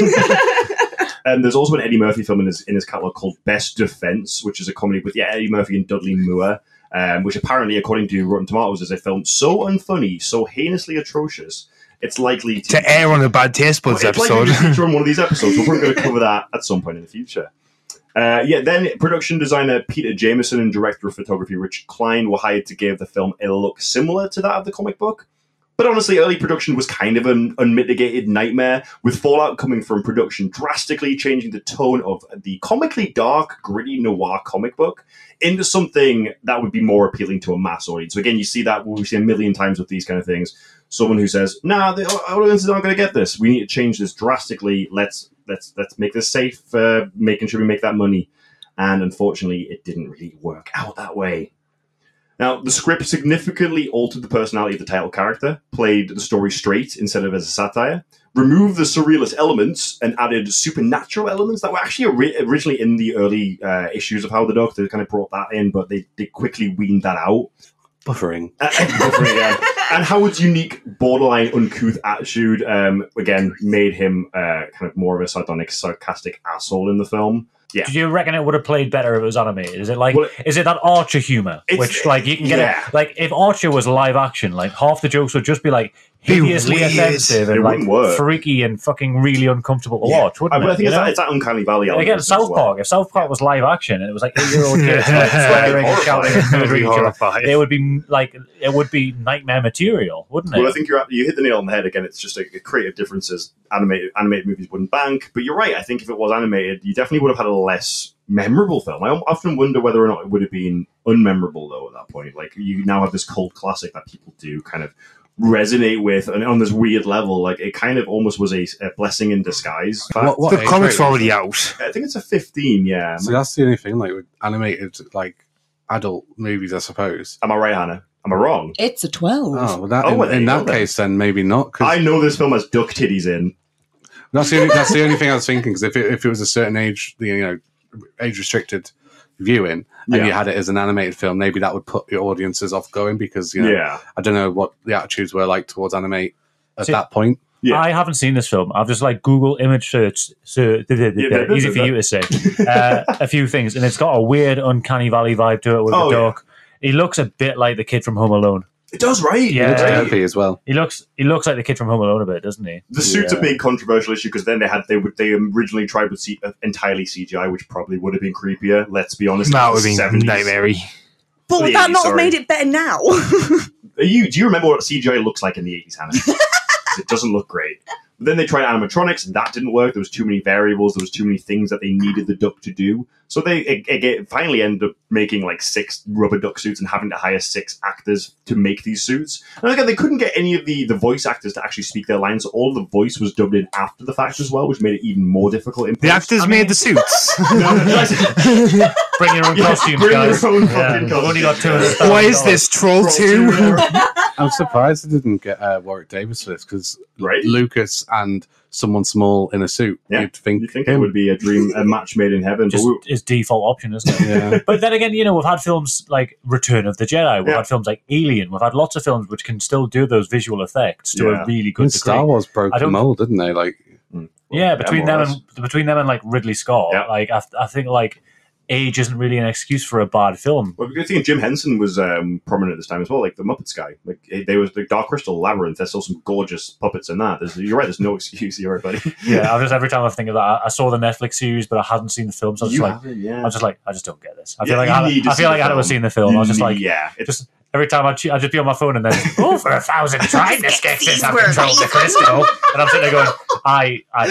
Speaker 6: and there's also an Eddie Murphy film in his, in his catalog called Best Defense, which is a comedy with yeah Eddie Murphy and Dudley Moore, um, which apparently, according to Rotten Tomatoes, is a film so unfunny, so heinously atrocious, it's likely to,
Speaker 9: to air on a bad taste
Speaker 6: Well,
Speaker 9: buds
Speaker 6: it's likely
Speaker 9: episode.
Speaker 6: to feature on one of these episodes. but We're going to cover that at some point in the future. Uh, yeah, then production designer Peter Jameson and director of photography Rich Klein were hired to give the film a look similar to that of the comic book. But honestly, early production was kind of an unmitigated nightmare, with Fallout coming from production drastically changing the tone of the comically dark, gritty noir comic book into something that would be more appealing to a mass audience. So again, you see that we see a million times with these kind of things. Someone who says, "Nah, the au- audiences aren't going to get this. We need to change this drastically. Let's let's let's make this safe, uh, making sure we make that money." And unfortunately, it didn't really work out that way. Now, the script significantly altered the personality of the title character, played the story straight instead of as a satire, removed the surrealist elements, and added supernatural elements that were actually ori- originally in the early uh, issues of How the Duck. They kind of brought that in, but they, they quickly weaned that out.
Speaker 5: Buffering.
Speaker 6: Uh, over again. And Howard's unique, borderline uncouth attitude, um, again, made him uh, kind of more of a sardonic, sarcastic asshole in the film. Yeah.
Speaker 8: Do you reckon it would have played better if it was animated? Is it like
Speaker 6: Well-
Speaker 8: is it that Archer humor,
Speaker 6: It's-
Speaker 8: which like you can get
Speaker 6: yeah.
Speaker 8: it, like if Archer was live action, like half the jokes would just be like
Speaker 9: Be
Speaker 8: hideously
Speaker 9: weird.
Speaker 8: offensive
Speaker 6: It
Speaker 8: and like
Speaker 6: wouldn't work.
Speaker 8: freaky and fucking really uncomfortable to
Speaker 6: Yeah.
Speaker 8: watch,
Speaker 6: I, but
Speaker 8: wouldn't it?
Speaker 6: I think
Speaker 8: you
Speaker 6: it's
Speaker 8: know?
Speaker 6: that, it's that uncanny valley.
Speaker 8: And Again,
Speaker 6: element as
Speaker 8: South
Speaker 6: well.
Speaker 8: Park. If South Park was live action and it was like eight-year-old kids like, swearing and shouting and murdering each other,
Speaker 9: horrified.
Speaker 8: they would be like it would be nightmare material, wouldn't it?
Speaker 6: Well, I think you're, you hit the nail on the head again. It's just like creative differences. Animated animated movies wouldn't bank, but you're right. I think if it was animated, you definitely would have had a less memorable film. I often wonder whether or not it would have been unmemorable though. At that point, like you now have this cult classic that people do kind of resonate with, and on this weird level, like it kind of almost was a, a blessing in disguise. But
Speaker 5: What, what
Speaker 9: the
Speaker 5: age
Speaker 9: comic's
Speaker 5: rating?
Speaker 9: already out.
Speaker 6: I think it's a 15. Yeah,
Speaker 5: So that's the only thing, like with animated, like adult movies, I suppose.
Speaker 6: am I right, Hannah? Am I wrong?
Speaker 1: It's a 12.
Speaker 5: Oh, well, that
Speaker 6: Oh,
Speaker 5: in,
Speaker 6: well, there
Speaker 5: in
Speaker 6: you go
Speaker 5: that
Speaker 6: then.
Speaker 5: case, then maybe not.
Speaker 6: I
Speaker 5: Because
Speaker 6: know this film has duck titties in.
Speaker 5: that's the only, that's the only thing I was thinking. Because if it, if it was a certain age, you know, age restricted viewing, and
Speaker 6: Yeah.
Speaker 5: you had it as an animated film, maybe that would put your audiences off going because you know
Speaker 6: Yeah,
Speaker 5: I don't know what the attitudes were like towards anime at
Speaker 8: See-
Speaker 5: that point.
Speaker 6: yeah.
Speaker 8: I haven't seen this film. I've just like Google image search, so
Speaker 6: that-
Speaker 8: easy for you to say. Uh, a few things, and it's got a weird, uncanny valley vibe to it with
Speaker 6: Oh,
Speaker 8: the
Speaker 6: yeah.
Speaker 8: dog. He looks a bit like the kid from Home Alone.
Speaker 6: it does, right?
Speaker 8: Yeah.
Speaker 5: It looks
Speaker 8: Uh,
Speaker 5: derpy as well.
Speaker 8: He looks he looks like the kid from Home Alone a bit, doesn't he?
Speaker 6: The suit's a
Speaker 8: Yeah.
Speaker 6: big controversial issue because then they had they would they originally tried with C, uh, entirely CGI, which probably would have been creepier. Let's be honest,
Speaker 9: That
Speaker 6: it
Speaker 9: would
Speaker 6: was
Speaker 9: have been
Speaker 6: 70s.
Speaker 9: nightmare.
Speaker 1: but would that
Speaker 6: please,
Speaker 1: not have
Speaker 6: sorry.
Speaker 1: made it better now?
Speaker 6: Are you do you remember what CGI looks like in the eighties, Hannah? 'Cause it doesn't look great. But then they tried animatronics, and that didn't work. There was too many variables. There was too many things that they needed the duck to do. So they it, it- it finally ended up making like six rubber duck suits and having to hire six actors to make these suits. And again, they couldn't get any of the the voice actors to actually speak their lines. So all the voice was dubbed in after the fact as well, which made it even more difficult. in
Speaker 9: The
Speaker 6: post.
Speaker 9: actors
Speaker 8: I mean-
Speaker 9: made the suits.
Speaker 8: Bring your own
Speaker 6: Yeah,
Speaker 8: costumes,
Speaker 6: bring your
Speaker 8: guys.
Speaker 6: own
Speaker 8: Yeah,
Speaker 6: fucking
Speaker 8: we've only got two.
Speaker 6: costumes.
Speaker 9: Why is this Troll Two?
Speaker 5: I'm surprised they didn't get uh, Warwick Davis for this because
Speaker 6: Right?
Speaker 5: Lucas and someone small in a suit.
Speaker 6: Yeah.
Speaker 5: You'd think,
Speaker 6: You think it
Speaker 5: him.
Speaker 6: would be a dream, a match made in heaven?
Speaker 8: Just
Speaker 6: but we,
Speaker 8: his default option, isn't it?
Speaker 5: Yeah.
Speaker 8: But then again, you know, we've had films like Return of the Jedi. We've
Speaker 6: Yeah.
Speaker 8: had films like Alien. We've had lots of films which can still do those visual effects to
Speaker 6: Yeah.
Speaker 8: a really good
Speaker 5: Even
Speaker 8: degree.
Speaker 5: Star Wars broke
Speaker 8: I
Speaker 5: the
Speaker 8: don't-
Speaker 5: mold, didn't they? Like,
Speaker 8: yeah, between
Speaker 6: more or
Speaker 8: them and between them and like Ridley Scott,
Speaker 6: Yeah.
Speaker 8: like I, I think like age isn't really an excuse for a bad film.
Speaker 6: Well, the good thing Jim Henson was um, prominent at this time as well, like the Muppets guy. Like eh, there was the Dark Crystal Labyrinth. There's still some gorgeous puppets in that. There's, you're right. There's no excuse. You're right, buddy.
Speaker 8: Yeah, I just every time I think of that, I, I saw the Netflix series, but I hadn't seen the film, so I was
Speaker 6: You
Speaker 8: just like,
Speaker 6: haven't, yeah.
Speaker 8: I was just like, I just don't get this. I
Speaker 6: Yeah,
Speaker 8: feel like
Speaker 6: you
Speaker 8: I,
Speaker 6: need to
Speaker 8: I
Speaker 6: see
Speaker 8: feel like
Speaker 6: the
Speaker 8: I haven't
Speaker 6: film.
Speaker 8: seen the film. I was just
Speaker 6: You-
Speaker 8: like,
Speaker 6: yeah, it's
Speaker 8: just every time I che- I'd just be on my phone and then oh for a thousand trying to get this I've controlled the crystal, and I'm sitting there going, I I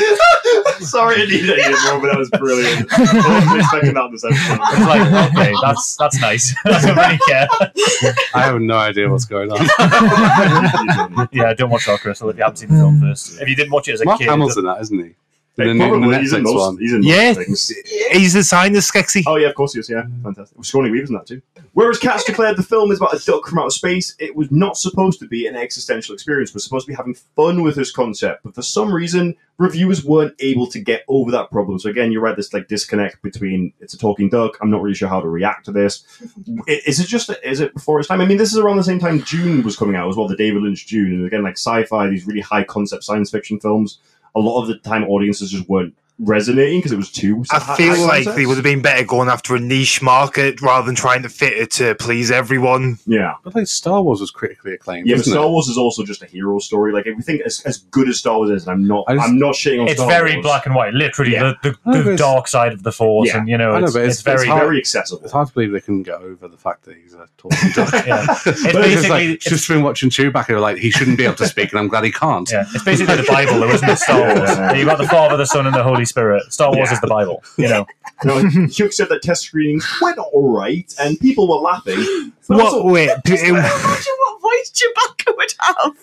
Speaker 6: Sorry, I needed it more, but that was brilliant. I wasn't expecting that this episode.
Speaker 8: It's like, okay, that's that's nice. I don't really care.
Speaker 5: I have no idea what's going on.
Speaker 8: Yeah, don't watch Dark Crystal if you haven't seen the
Speaker 6: Hmm.
Speaker 8: film first. If you didn't watch it as a
Speaker 5: Mark
Speaker 8: kid,
Speaker 5: Hamill's in that, isn't he?
Speaker 6: Like,
Speaker 5: In the, in the
Speaker 6: probably, he's in
Speaker 5: Netflix
Speaker 6: most,
Speaker 5: one.
Speaker 6: he's in
Speaker 9: Yeah.
Speaker 6: most things.
Speaker 9: He's the sign the Skeksis.
Speaker 6: Oh yeah, of course he is. Yeah,
Speaker 9: Mm.
Speaker 6: fantastic. Well, Sigourney Weaver's in that too. Whereas Cats declared the film is about a duck from outer space, it was not supposed to be an existential experience. We're supposed to be having fun with this concept, but for some reason, reviewers weren't able to get over that problem. So again, you're right. This like disconnect between it's a talking duck. I'm not really sure how to react to this. I- Is it just is it before its time? I mean, this is around the same time June was coming out as well, the David Lynch June, and again like sci-fi, these really high concept science fiction films. A lot of the time, audiences just weren't resonating because it was too.
Speaker 9: I
Speaker 6: high-
Speaker 9: feel
Speaker 6: high
Speaker 9: like
Speaker 6: concept.
Speaker 9: they would have been better going after a niche market rather than trying to fit it to please everyone.
Speaker 6: Yeah.
Speaker 5: But like Star Wars was critically acclaimed,
Speaker 6: Yeah, but
Speaker 5: wasn't
Speaker 6: Star
Speaker 5: it?
Speaker 6: Wars is also just a hero story. Like if we think as, as good as Star Wars is, and I'm not,
Speaker 5: I just-
Speaker 6: I'm not shitting on
Speaker 8: it's
Speaker 6: Star
Speaker 8: very
Speaker 6: Wars.
Speaker 8: black and white. Literally,
Speaker 6: Yeah.
Speaker 5: I know,
Speaker 8: the, the,
Speaker 5: but
Speaker 8: the
Speaker 5: it's-
Speaker 8: dark side of the force,
Speaker 6: Yeah.
Speaker 8: and you know,
Speaker 5: I know,
Speaker 8: it's,
Speaker 5: but
Speaker 8: it's,
Speaker 5: it's-
Speaker 8: very.
Speaker 6: It's
Speaker 5: hard.
Speaker 6: very accessible.
Speaker 5: It's hard to believe they couldn't get over the fact that he's a talking duck.
Speaker 8: Yeah.
Speaker 5: It's just,
Speaker 8: basically-
Speaker 5: like,
Speaker 8: it's-
Speaker 5: just been watching Chewbacca, like he shouldn't be able to speak, and I'm glad he can't.
Speaker 8: yeah, it's basically the Bible. There wasn't Star Wars.
Speaker 6: Yeah.
Speaker 8: You got the Father, the Son, and the Holy Spirit. Star Wars
Speaker 6: Yeah.
Speaker 8: is the Bible. You know,
Speaker 6: No, Hugh said that test screenings went all right, and people were laughing. But
Speaker 9: What?
Speaker 6: also-
Speaker 9: Wait, p- it-
Speaker 7: Imagine what voice Chewbacca would have.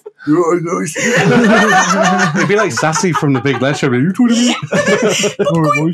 Speaker 5: It'd be like Sassy from The Big Lecture. but you told me- "Oh,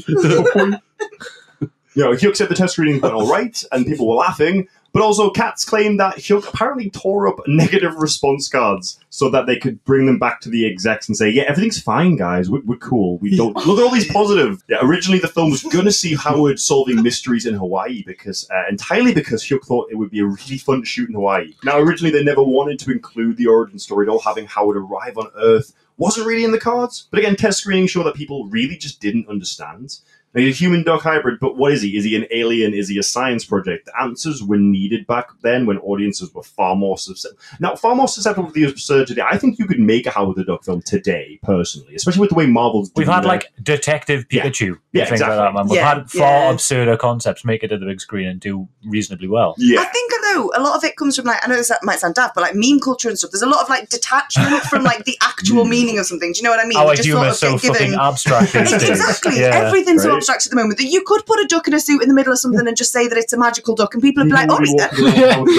Speaker 6: you know, Hugh said the test screenings went all right, and people were laughing. But also, Katz claimed that Hugh apparently tore up negative response cards so that they could bring them back to the execs and say, "Yeah, everything's fine, guys. We're, we're cool. We don't look at all these positive." Yeah, originally, the film was going to see Howard solving mysteries in Hawaii because uh, entirely because Hugh thought it would be a really fun shoot in Hawaii. Now, originally, they never wanted to include the origin story at all, having Howard arrive on Earth wasn't really in the cards. But again, test screenings show that people really just didn't understand. Now, he's a human dog hybrid, but what is he? Is he an alien? Is he a science project? The answers were needed back then when audiences were far more susceptible. Now, far more susceptible to the absurd today. I think you could make a Howard the Duck film today, personally, especially with the way Marvel's
Speaker 8: We've
Speaker 6: doing
Speaker 8: had
Speaker 6: their-
Speaker 8: like Detective
Speaker 6: Yeah.
Speaker 8: Pikachu.
Speaker 6: Yeah,
Speaker 8: things like that,
Speaker 6: exactly.
Speaker 8: man. We've
Speaker 1: Yeah,
Speaker 8: had far
Speaker 1: yeah.
Speaker 8: absurder concepts make it to the big screen and do reasonably well.
Speaker 6: Yeah.
Speaker 1: I think though a lot of it comes from like I know this might sound daft, but like meme culture and stuff. There's a lot of like detachment from like the actual
Speaker 6: Mm.
Speaker 1: meaning of something. Do you know what I mean?
Speaker 8: Our
Speaker 1: We just sort
Speaker 8: humor
Speaker 1: of
Speaker 8: is so
Speaker 1: get given-
Speaker 8: fucking abstract these days.
Speaker 1: Exactly.
Speaker 8: Yeah.
Speaker 1: Everything's so
Speaker 6: Right.
Speaker 1: abstract at the moment that you could put a duck in a suit in the middle of something and just say that it's a magical duck, and people would be like, "Oh, is that?"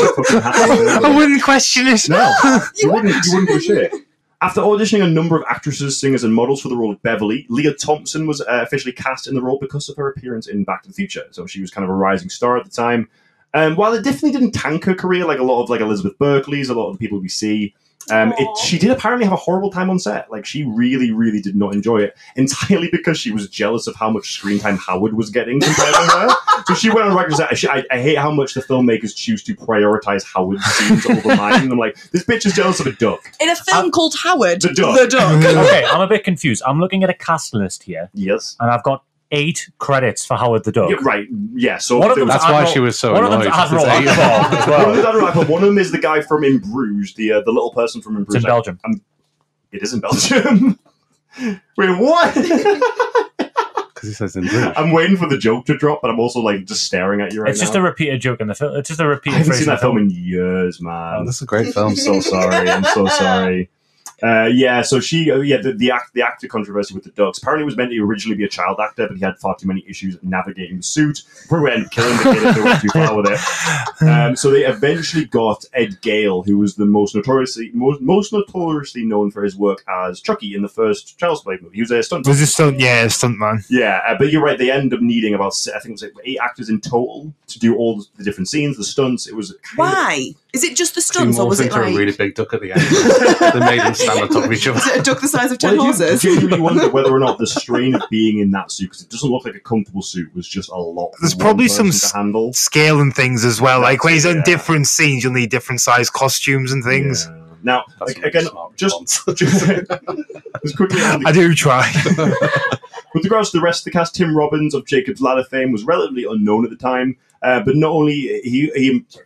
Speaker 9: I wouldn't question it.
Speaker 6: No, you wouldn't. You wouldn't do shit. After auditioning a number of actresses, singers, and models for the role of Beverly, Leah Thompson was uh, officially cast in the role because of her appearance in Back to the Future. So she was kind of a rising star at the time. Um, while it definitely didn't tank her career, like a lot of like Elizabeth Berkley's, a lot of the people we see, um, it, she did apparently have a horrible time on set. Like she really, really did not enjoy it entirely because she was jealous of how much screen time Howard was getting compared to her. So she went on record and said, I, I hate how much the filmmakers choose to prioritize Howard's scenes over mine. And I'm like, this bitch is jealous of a duck.
Speaker 1: In a film called Howard,
Speaker 6: The duck.
Speaker 1: The duck.
Speaker 8: okay, I'm a bit confused. I'm looking at a cast list here,
Speaker 6: Yes.
Speaker 8: and I've got eight credits for Howard the Duck.
Speaker 6: Yeah, right. Yeah. So
Speaker 8: One of
Speaker 6: there
Speaker 8: them's
Speaker 6: was-
Speaker 5: That's why
Speaker 8: Admiral-
Speaker 5: she was so
Speaker 8: one
Speaker 5: annoyed.
Speaker 8: of them's Admiral
Speaker 5: It's eight.
Speaker 8: Akbar
Speaker 6: one
Speaker 8: as
Speaker 6: of
Speaker 8: well.
Speaker 6: them's Admiral Ackbar, one of them is the guy from In Bruges, the uh, the little person from In
Speaker 8: It's
Speaker 6: Bruges.
Speaker 8: in Belgium.
Speaker 6: It is in Belgium. Wait, what?
Speaker 5: Because he says in British.
Speaker 6: I'm waiting for the joke to drop, but I'm also like just staring at you right
Speaker 8: it's
Speaker 6: now.
Speaker 8: just a repeated joke in the film. It's just a
Speaker 6: I
Speaker 8: repeated
Speaker 6: haven't
Speaker 8: phrase.
Speaker 6: seen
Speaker 8: in the
Speaker 6: that film in years,
Speaker 5: Oh,
Speaker 6: man.
Speaker 5: that's a great film.
Speaker 6: I'm so sorry. I'm so sorry. Uh, yeah, so she, uh, yeah, the, the act, the actor controversy with the ducks. Apparently, it was meant to originally be a child actor, but he had far too many issues navigating the suit. Probably ended up killing the kid if they went too far with it. Um, so they eventually got Ed Gale, who was the most notoriously most, most notoriously known for his work as Chucky in the first Child's Play movie. He was a stunt.
Speaker 9: Was this stunt? Yeah, stunt man.
Speaker 6: Yeah, uh, but you're right. They end up needing about s- I think it was like eight actors in total to do all the different scenes, the stunts. It was kind of-
Speaker 1: Why is it just the
Speaker 5: He
Speaker 1: stunts, or
Speaker 5: morphs
Speaker 1: was it
Speaker 5: into
Speaker 1: like
Speaker 5: a really big duck at the end. they made him stand on top of each other.
Speaker 1: was it a duck the size of
Speaker 6: Well,
Speaker 1: ten
Speaker 6: I do
Speaker 1: horses?
Speaker 6: genuinely wonder whether or not the strain of being in that suit, because it doesn't look like a comfortable suit, was just a lot. for
Speaker 9: There's
Speaker 6: one
Speaker 9: probably
Speaker 6: person
Speaker 9: some
Speaker 6: to handle
Speaker 9: Scaling things as well. Like when he's in
Speaker 6: Yeah.
Speaker 9: different scenes, you'll need different size costumes and things.
Speaker 6: Yeah. Now,
Speaker 5: That's
Speaker 6: like,
Speaker 5: a
Speaker 6: again,
Speaker 5: smart
Speaker 6: just, just, just quickly on the
Speaker 9: I do try.
Speaker 6: With regards to the rest of the cast, Tim Robbins of Jacob's Ladder fame was relatively unknown at the time, uh, but not only he he. Sorry.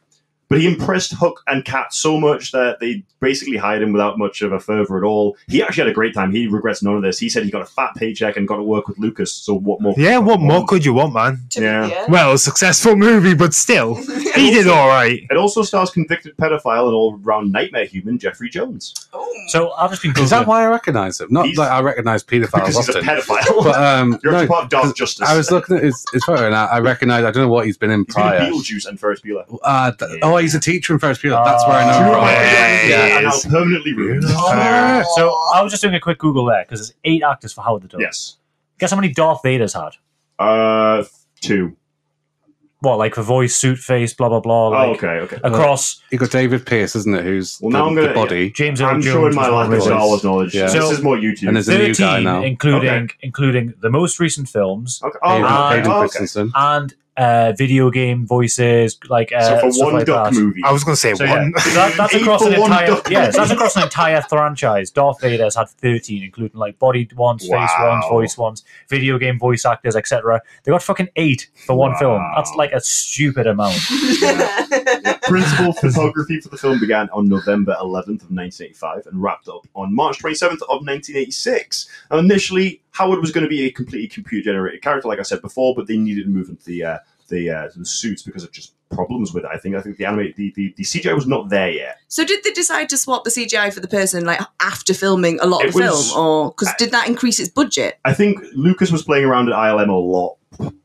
Speaker 6: But he impressed Hook and Kat so much that they basically hired him without much of a fervor at all. He actually had a great time. He regrets none of this. He said he got a fat paycheck and got to work with Lucas. So what more? could
Speaker 9: yeah,
Speaker 6: you
Speaker 9: what more
Speaker 6: want?
Speaker 9: could you want, man?
Speaker 7: To me,
Speaker 6: Yeah.
Speaker 9: Well, a successful movie, but still, he did all right.
Speaker 6: It also stars convicted pedophile and all-round nightmare human Jeffrey Jones.
Speaker 7: Oh.
Speaker 8: So I've just been
Speaker 5: Is that
Speaker 8: googling.
Speaker 5: why I recognise him? Not
Speaker 6: He's-
Speaker 5: that I recognise
Speaker 6: Because
Speaker 5: paedophiles
Speaker 6: he's a
Speaker 5: often.
Speaker 6: pedophile.
Speaker 5: But um,
Speaker 6: You're
Speaker 5: no,
Speaker 6: actually part of Dark Justice.
Speaker 5: I was looking at his, his photo and I, I recognise. I don't know what he's been in
Speaker 6: he's been in
Speaker 5: prior.
Speaker 6: Beetlejuice and Ferris Bueller.
Speaker 5: Uh, th- Oh, he's a teacher in Ferris Bueller. That's where I know
Speaker 8: Oh.
Speaker 5: him from.
Speaker 9: Yeah,
Speaker 5: Yeah.
Speaker 6: And now permanently ruined.
Speaker 5: Uh,
Speaker 8: So I was just doing a quick Google there because there's eight actors for Howard the Duck.
Speaker 6: Yes.
Speaker 8: Guess how many Darth Vaders had?
Speaker 6: Uh, two.
Speaker 8: What, like for voice, suit, face, blah blah blah.
Speaker 6: Oh,
Speaker 8: Like,
Speaker 6: okay, okay.
Speaker 8: Across
Speaker 5: you got David Pierce, isn't it? Who's
Speaker 6: Well, now
Speaker 5: the,
Speaker 6: I'm
Speaker 5: the
Speaker 6: gonna-
Speaker 5: body?
Speaker 8: James Earl
Speaker 6: I'm
Speaker 8: Jones
Speaker 6: showing my
Speaker 8: was
Speaker 6: lack
Speaker 8: one
Speaker 6: of
Speaker 8: of
Speaker 5: voice.
Speaker 6: Star
Speaker 8: those.
Speaker 6: Wars knowledge.
Speaker 5: Yeah.
Speaker 6: This
Speaker 8: So-
Speaker 6: is more YouTube.
Speaker 5: And there's a new guy
Speaker 8: 13,
Speaker 5: now.
Speaker 8: including including the most recent films
Speaker 6: okay.
Speaker 5: Hayden,
Speaker 8: Ah,
Speaker 5: Hayden
Speaker 6: okay.
Speaker 5: Christensen.
Speaker 8: and uh, video game voices, like uh,
Speaker 6: So
Speaker 8: stuff
Speaker 6: for one
Speaker 8: like
Speaker 6: duck
Speaker 8: that.
Speaker 6: movie,
Speaker 9: I was going to say
Speaker 8: So yeah,
Speaker 9: one.
Speaker 8: that, that's
Speaker 6: Eight
Speaker 8: across
Speaker 6: for
Speaker 8: an
Speaker 6: one
Speaker 8: entire
Speaker 6: duck.
Speaker 8: yeah, so that's across an entire franchise. Darth Vader's had thirteen, including like body ones, face
Speaker 6: Wow.
Speaker 8: ones, voice ones, video game voice actors, etc. They got fucking eight for one film.
Speaker 6: Wow.
Speaker 8: That's like a stupid amount.
Speaker 6: principal photography for the film began on November 11th of 1985 and wrapped up on March 27th of 1986. Now, initially, Howard was going to be a completely computer-generated character, like I said before, but they needed to move into the uh, the, uh, the suits because of just problems with it. I think I think the animate the, the, the CGI was not there yet.
Speaker 1: So did they decide to swap the CGI for the person like after filming a lot
Speaker 6: It
Speaker 1: of the
Speaker 6: was-
Speaker 1: film, or because did that increase its budget?
Speaker 6: I think Lucas was playing around at ILM a lot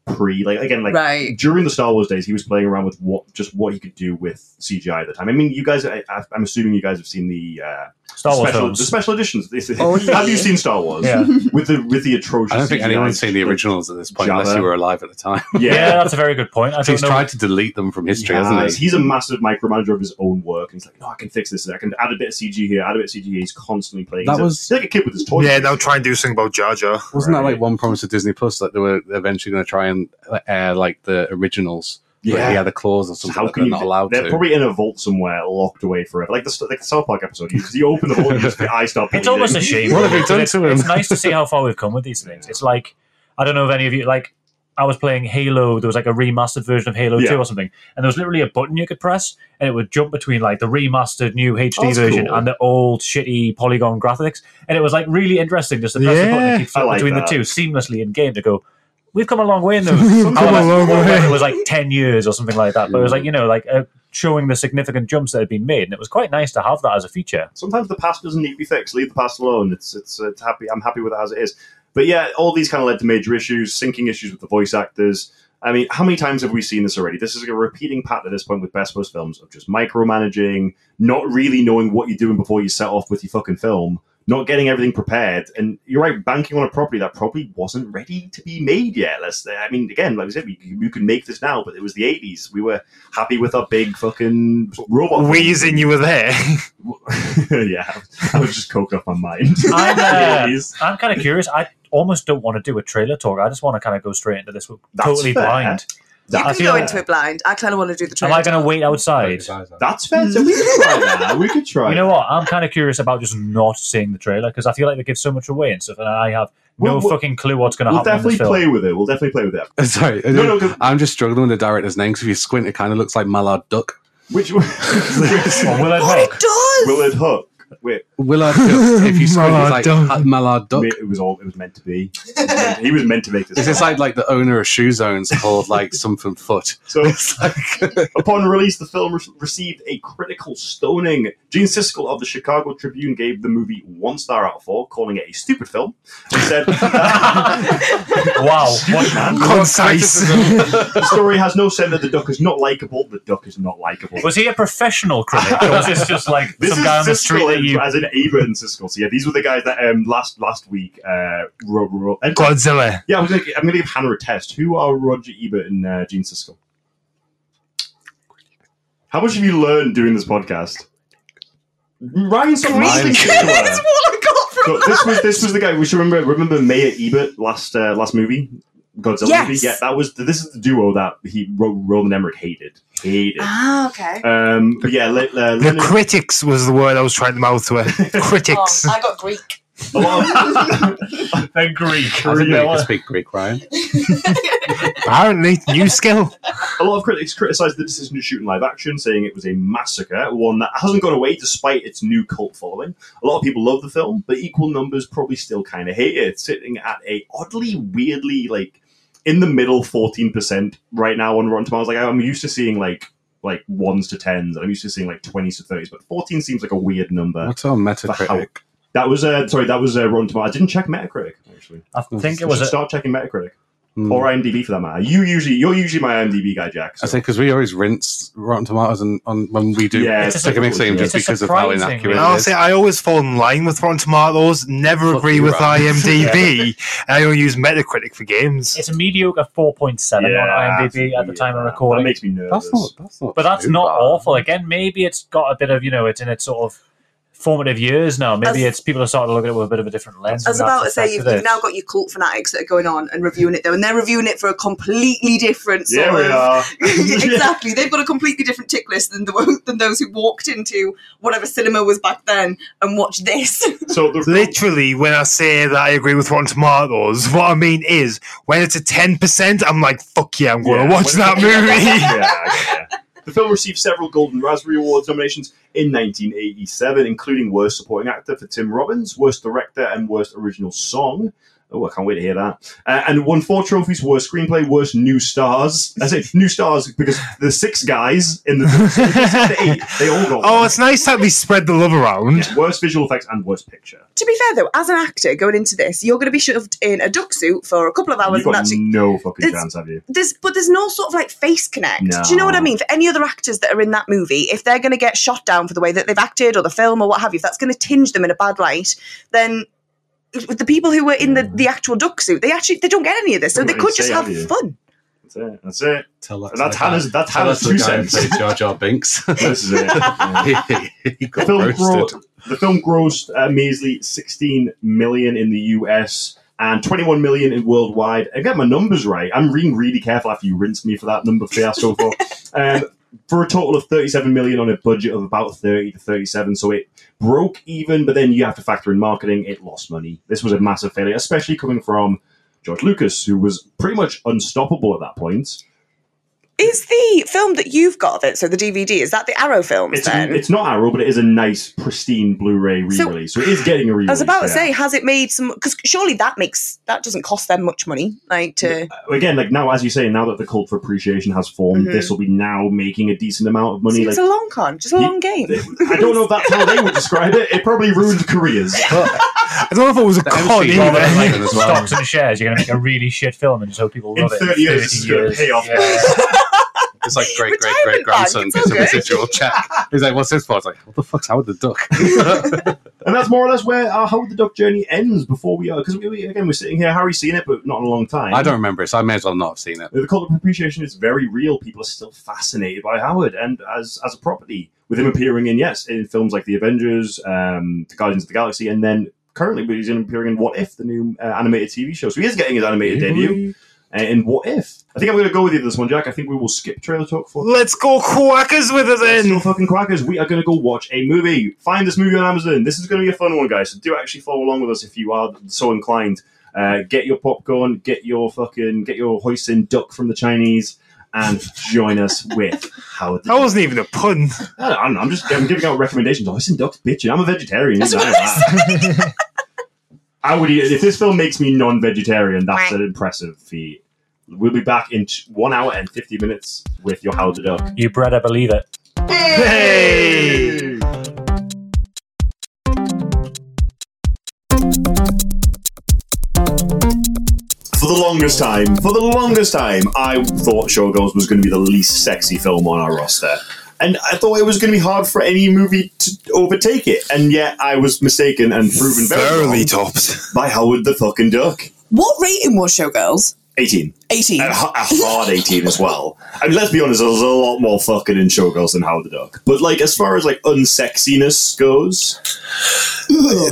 Speaker 6: pre, like again, like
Speaker 1: right.
Speaker 6: during the Star Wars days, he was playing around with what just what he could do with CGI at the time. I mean, you guys, I, I- I'm assuming you guys have seen the uh,
Speaker 8: Star Wars
Speaker 6: special,
Speaker 8: films.
Speaker 6: the special editions. This-
Speaker 1: Oh, yeah.
Speaker 6: Have you seen Star Wars?
Speaker 8: Yeah.
Speaker 6: With the with the atrocious.
Speaker 5: I don't think
Speaker 6: CGI.
Speaker 5: anyone's seen the originals at this point, unless
Speaker 6: Java.
Speaker 5: you were alive at the time.
Speaker 6: Yeah.
Speaker 8: yeah. that's a very good point. I
Speaker 5: He's
Speaker 8: don't know.
Speaker 5: tried to delete them from history,
Speaker 6: Yes.
Speaker 5: hasn't he?
Speaker 6: He's a massive micromanager of his own work, and he's like, "No, I can fix this. I can add a bit of CG here, add a bit of CG here." He's constantly playing.
Speaker 5: That
Speaker 6: he's a-
Speaker 5: was-
Speaker 6: he's like a kid with his toy.
Speaker 9: Yeah, now try and do something about Jar Jar.
Speaker 5: Wasn't that
Speaker 6: Right.
Speaker 5: like one promise of Disney Plus that they were eventually going to try and uh, air like the originals? Yeah, he
Speaker 6: yeah.
Speaker 5: had a clause or
Speaker 6: So
Speaker 5: something.
Speaker 6: how
Speaker 5: that
Speaker 6: can
Speaker 5: they're
Speaker 6: you?
Speaker 5: not allowed
Speaker 6: they're
Speaker 5: to?
Speaker 6: probably in a vault somewhere, locked away forever, like the like the South Park episode. You, you open the vault, and just, I stop.
Speaker 8: It's almost a shame.
Speaker 5: What have they
Speaker 8: It's-
Speaker 5: done
Speaker 8: it's,
Speaker 5: to him?
Speaker 8: It's nice to see how far we've come with these things. It's like I don't know if any of you like I was playing Halo. There was like a remastered version of Halo
Speaker 6: Yeah.
Speaker 8: Two or something, and there was literally a button you could press, and it would jump between like the remastered new HD
Speaker 6: that's
Speaker 8: version
Speaker 6: cool.
Speaker 8: and the old shitty polygon graphics, and it was like really interesting just to press the button
Speaker 9: Yeah,
Speaker 8: and keep
Speaker 6: I like
Speaker 8: between
Speaker 6: that.
Speaker 8: the two seamlessly in game to go. We've come a long way in those.
Speaker 9: Come
Speaker 8: How
Speaker 9: a
Speaker 8: much-
Speaker 9: long way.
Speaker 8: It was like ten years or something like that, but it was like you know like. Uh, Showing the significant jumps that had been made, and it was quite nice to have that as a feature.
Speaker 6: sometimes the past doesn't need to be fixed. Leave the past alone. It's it's, it's happy. I'm happy with it as it is. But yeah, all these kind of led to major issues, syncing issues with the voice actors. I mean, how many times have we seen this already? This is a repeating pattern at this point with Best Post films of just micromanaging, not really knowing what you're doing before you set off with your fucking film, not getting everything prepared. And you're right, banking on a property that probably wasn't ready to be made yet. Let's, I mean, again, like we said, we, you can make this now, but it was the 80s. We were happy with our big fucking robot. film.
Speaker 9: Wheezing, you were there.
Speaker 6: yeah, I was just coked off my mind.
Speaker 8: I'm, uh,
Speaker 6: Please.
Speaker 8: I'm kind of curious. I almost don't want to do a trailer talk. I just want to kind of go straight into this
Speaker 6: That's
Speaker 8: totally
Speaker 6: fair.
Speaker 8: blind.
Speaker 1: You
Speaker 8: I
Speaker 1: can
Speaker 8: feel
Speaker 1: go
Speaker 8: that.
Speaker 1: into it blind. I kind of want to do the
Speaker 8: Am
Speaker 1: trailer.
Speaker 8: I going to wait outside?
Speaker 6: That's fair. So we could try that. We could try.
Speaker 8: You know what? I'm kind of curious about just not seeing the trailer because I feel like they give so much away and stuff, and I have no
Speaker 6: We'll- we'll-
Speaker 8: fucking clue what's going to
Speaker 6: We'll
Speaker 8: happen. in this
Speaker 6: definitely
Speaker 8: film.
Speaker 6: play with it. We'll definitely play with it.
Speaker 5: Sorry,
Speaker 6: No, no,
Speaker 5: I'm just struggling with the director's name 'cause if you squint, it kind of looks like Mallard Duck.
Speaker 6: Which one?
Speaker 8: Or will I
Speaker 1: Oh, it
Speaker 8: talk?
Speaker 1: does.
Speaker 6: Willard Hook. Wait,
Speaker 5: Willard Duck. If you squint,
Speaker 9: Mallard
Speaker 5: it's like
Speaker 9: Duck.
Speaker 5: "Ah, Mallard Duck.
Speaker 6: wait, it was all. It was meant to be. He was meant to make
Speaker 5: It's
Speaker 6: this.
Speaker 5: just like like the owner of Shoe Zones called like something foot.
Speaker 6: So,
Speaker 5: It's like
Speaker 6: upon release, the film re- received a critical stoning. Gene Siskel of the Chicago Tribune gave the movie one star out of four, calling it a stupid film. He said,
Speaker 8: Wow. What,
Speaker 6: "Man,
Speaker 9: Concise.
Speaker 6: the story has no center. The duck is not likable. The duck is not likable."
Speaker 8: was he a professional critic, or was this just like
Speaker 6: This
Speaker 8: some
Speaker 6: is
Speaker 8: guy on the
Speaker 6: Siskel
Speaker 8: street that
Speaker 6: and-
Speaker 8: you?
Speaker 6: as in Ava and Siskel. So yeah, these were the guys that um, last last week. Uh, ro- ro- and-
Speaker 9: Godzilla.
Speaker 6: yeah, I'm gonna, I'm gonna give Hannah a test. Who are Roger Ebert and uh, Gene Siskel? How much have you learned doing this podcast? Ryan, some
Speaker 5: Ryan
Speaker 1: That's what I got from
Speaker 6: so this was this was the guy. We should remember remember Mayor Ebert last uh, last movie, Godzilla
Speaker 1: Yes.
Speaker 6: movie. Yeah, that was this is the duo that he Ro- Roland Emmerich hated hated.
Speaker 1: Ah, okay.
Speaker 6: Um, but yeah, li- uh,
Speaker 9: The
Speaker 6: Leonard-
Speaker 9: critics was the word I was trying to mouth to her. Critics.
Speaker 1: Oh, I got Greek.
Speaker 6: a lot of-
Speaker 8: The Greek.
Speaker 5: I didn't know you could
Speaker 8: Well,
Speaker 5: speak Greek, Ryan.
Speaker 9: Apparently, new skill.
Speaker 6: A lot of critics criticised the decision to shoot in live action, saying it was a massacre, one that hasn't gone away despite its new cult following. A lot of people love the film, but equal numbers probably still kind of hate it. It's sitting at a oddly, weirdly, like, in the middle 14% right now on Rotten Tomatoes. Like, I'm used to seeing, like, like ones to tens, and I'm used to seeing like twenties to thirties, but fourteen seems like a weird number.
Speaker 5: What's on Metacritic?
Speaker 6: That was uh, sorry, that was uh, Rotten Tomatoes. I didn't check Metacritic actually.
Speaker 8: I think
Speaker 6: I
Speaker 8: it was
Speaker 6: should
Speaker 8: a,
Speaker 6: start checking Metacritic
Speaker 5: Hmm.
Speaker 6: or IMDb for that matter. You usually you're usually my IMDb guy, Jack.
Speaker 5: I
Speaker 6: so-
Speaker 5: think because we always rinse Rotten Tomatoes and on when we do
Speaker 6: Yeah,
Speaker 5: yeah,
Speaker 6: it's
Speaker 5: stick a mix
Speaker 6: difficult, Oh,
Speaker 5: in
Speaker 6: yeah.
Speaker 5: just
Speaker 8: It's a
Speaker 5: because of how
Speaker 8: surprising-
Speaker 5: inaccurate
Speaker 9: And I'll
Speaker 5: it is.
Speaker 9: say I always fall in line with Rotten Tomatoes, never
Speaker 5: Fuck
Speaker 9: agree
Speaker 5: you,
Speaker 9: with
Speaker 5: Ryan.
Speaker 9: IMDb. and I only use Metacritic for games.
Speaker 8: it's a mediocre 4.7
Speaker 6: Yeah,
Speaker 8: on IMDb at the time of
Speaker 6: yeah,
Speaker 8: recording.
Speaker 6: That makes me nervous.
Speaker 5: That's not. That's not.
Speaker 8: But that's
Speaker 5: too
Speaker 8: not
Speaker 5: bad.
Speaker 8: awful. Again, maybe it's got a bit of you know, it's in its sort of formative years now. Maybe
Speaker 1: As-
Speaker 8: it's people are starting to look at it with a bit of a different lens.
Speaker 1: I was
Speaker 8: and
Speaker 1: about to
Speaker 8: that's
Speaker 1: say, you've,
Speaker 8: affected
Speaker 1: you've
Speaker 8: it.
Speaker 1: now got your cult fanatics that are going on and reviewing it, though, and they're reviewing it for a completely different sort
Speaker 6: yeah, we
Speaker 1: of.
Speaker 6: are.
Speaker 1: exactly. They've got a completely different tick list than the one- than those who walked into whatever cinema was back then and watched this.
Speaker 6: So the
Speaker 9: Literally, when I say that I agree with Rotten Tomatoes, what I mean is when it's a 10%, I'm like, fuck yeah, I'm going
Speaker 6: Yeah,
Speaker 9: to watch
Speaker 6: when-
Speaker 9: that
Speaker 6: yeah,
Speaker 9: movie.
Speaker 6: yeah. The film received several Golden Raspberry Awards nominations in 1987, including Worst Supporting Actor for Tim Robbins, Worst Director, and Worst Original Song. Oh, I can't wait to hear that. Uh, and won four trophies: Worst Screenplay, Worst New Stars. I say New Stars because the six guys in the, the eight, they all got.
Speaker 9: oh,
Speaker 6: one.
Speaker 9: it's nice that they spread the love around.
Speaker 6: Yeah, worst visual effects and worst picture.
Speaker 1: to be fair, though, as an actor going into this, you're going to be shoved in a duck suit for a couple of hours
Speaker 6: You've
Speaker 1: and
Speaker 6: got
Speaker 1: actually.
Speaker 6: no fucking
Speaker 1: It's-
Speaker 6: chance, have you?
Speaker 1: There's, but there's no sort of like face connect. Do you know what I
Speaker 6: No.
Speaker 1: mean? For any other actors that are in that movie, if they're going to get shot down for the way that they've acted or the film or what have you, if that's going to tinge them in a bad light, then the people who were in the, the actual duck suit, they actually they don't get any of this, so
Speaker 6: Don't
Speaker 1: they
Speaker 6: really
Speaker 1: could just
Speaker 6: say,
Speaker 1: have
Speaker 6: have you?
Speaker 1: fun.
Speaker 6: That's it. That's it.
Speaker 5: Tell that to
Speaker 6: That's
Speaker 5: the guy-
Speaker 6: Hannah's- that's
Speaker 5: tell
Speaker 6: Hannah's
Speaker 5: that to
Speaker 6: two
Speaker 5: the guy who
Speaker 6: cents.
Speaker 5: played Jar Jar Binks.
Speaker 6: This is it. Yeah.
Speaker 5: he, he
Speaker 6: the
Speaker 5: got
Speaker 6: film, gro-
Speaker 5: roasted.
Speaker 6: the film grossed a measly 16 million in the US and 21 million in worldwide. I get my numbers right. I'm being really careful after you rinse me for that number fiasco. for um, for a total of 37 million on a budget of about 30 to 37. So it broke even, but then you have to factor in marketing. It lost money. This was a massive failure, especially coming from George Lucas, who was pretty much unstoppable at that point.
Speaker 1: Is the film that you've got of it, so the DVD, is that the Arrow films
Speaker 6: It's,
Speaker 1: then?
Speaker 6: it's not Arrow, but it is a nice, pristine Blu-ray
Speaker 1: So-
Speaker 6: re-release, so, it is getting a re-release.
Speaker 1: I was about to
Speaker 6: yeah.
Speaker 1: say, has it made some? Because surely that makes that doesn't cost them much money, like to.
Speaker 6: again, like now, as you say, now that the cult for appreciation has formed,
Speaker 1: Mhm.
Speaker 6: this will be now making a decent amount of
Speaker 1: See,
Speaker 6: money.
Speaker 1: it's
Speaker 6: Like,
Speaker 1: a long con, just a
Speaker 6: Ye-
Speaker 1: long game.
Speaker 6: I don't know if that's how they would describe it. It probably ruined careers.
Speaker 9: I don't know if it was a con
Speaker 5: MC Robert
Speaker 9: either.
Speaker 5: Langdon as well.
Speaker 8: Stocks and shares. You're going to make a really shit film and just hope people
Speaker 6: In
Speaker 8: love it.
Speaker 6: 30 years, this is gonna pay off.
Speaker 5: It's like great great great
Speaker 1: Retirement
Speaker 5: grandson gets
Speaker 1: bank, it's
Speaker 5: a
Speaker 1: all good.
Speaker 5: residual check. He's like, "What's this for?" It's like, "What the fuck's Howard the Duck?"
Speaker 6: And that's more or less where our Howard the Duck journey ends before we are. Because we, we- again, we're sitting here. Harry's seen it, but not in a long time.
Speaker 5: I don't remember it, so I may as well not have seen it.
Speaker 6: The cult of appreciation is very real. People are still fascinated by Howard and as as a property, with him appearing in yes, in films like The Avengers, um, The Guardians of the Galaxy, and then currently he's appearing in What If, the new uh, animated TV show. So he is getting his animated debut uh, in What If. I think I'm going to go with you this one, Jack. I think we will skip trailer talk for.
Speaker 9: Let's go quackers with it
Speaker 6: Let's go
Speaker 9: then.
Speaker 6: fucking quackers. We are going to go watch a movie. Find this movie on Amazon. This is going to be a fun one, guys. So do actually follow along with us if you are so inclined. Uh, get your popcorn, get your fucking, get your hoisin duck from the Chinese, and join us with Howard. The
Speaker 9: That wasn't even a pun.
Speaker 6: I don't know, I'm just I'm giving out recommendations. Hoisin duck's bitching. I'm a vegetarian. you know that. I would eat it. If this film makes me non-vegetarian, that's an impressive feat. We'll be back in t- one hour and fifty minutes with your Howard the Duck.
Speaker 8: You better believe it.
Speaker 9: Hey!
Speaker 6: For the longest time, for the longest time, I thought Showgirls was going to be the least sexy film on our roster. And I thought it was going to be hard for any movie to overtake it. And yet I was mistaken and proven very wrong
Speaker 9: Thoroughly topped.
Speaker 6: by Howard the fucking Duck.
Speaker 1: What rating was Showgirls?
Speaker 6: 18.
Speaker 1: Eighteen.
Speaker 6: And a, a hard 18 as well. I mean, let's be honest, there's a lot more fucking in Showgirls than Howard the Duck. But, like, as far as, like, unsexiness goes,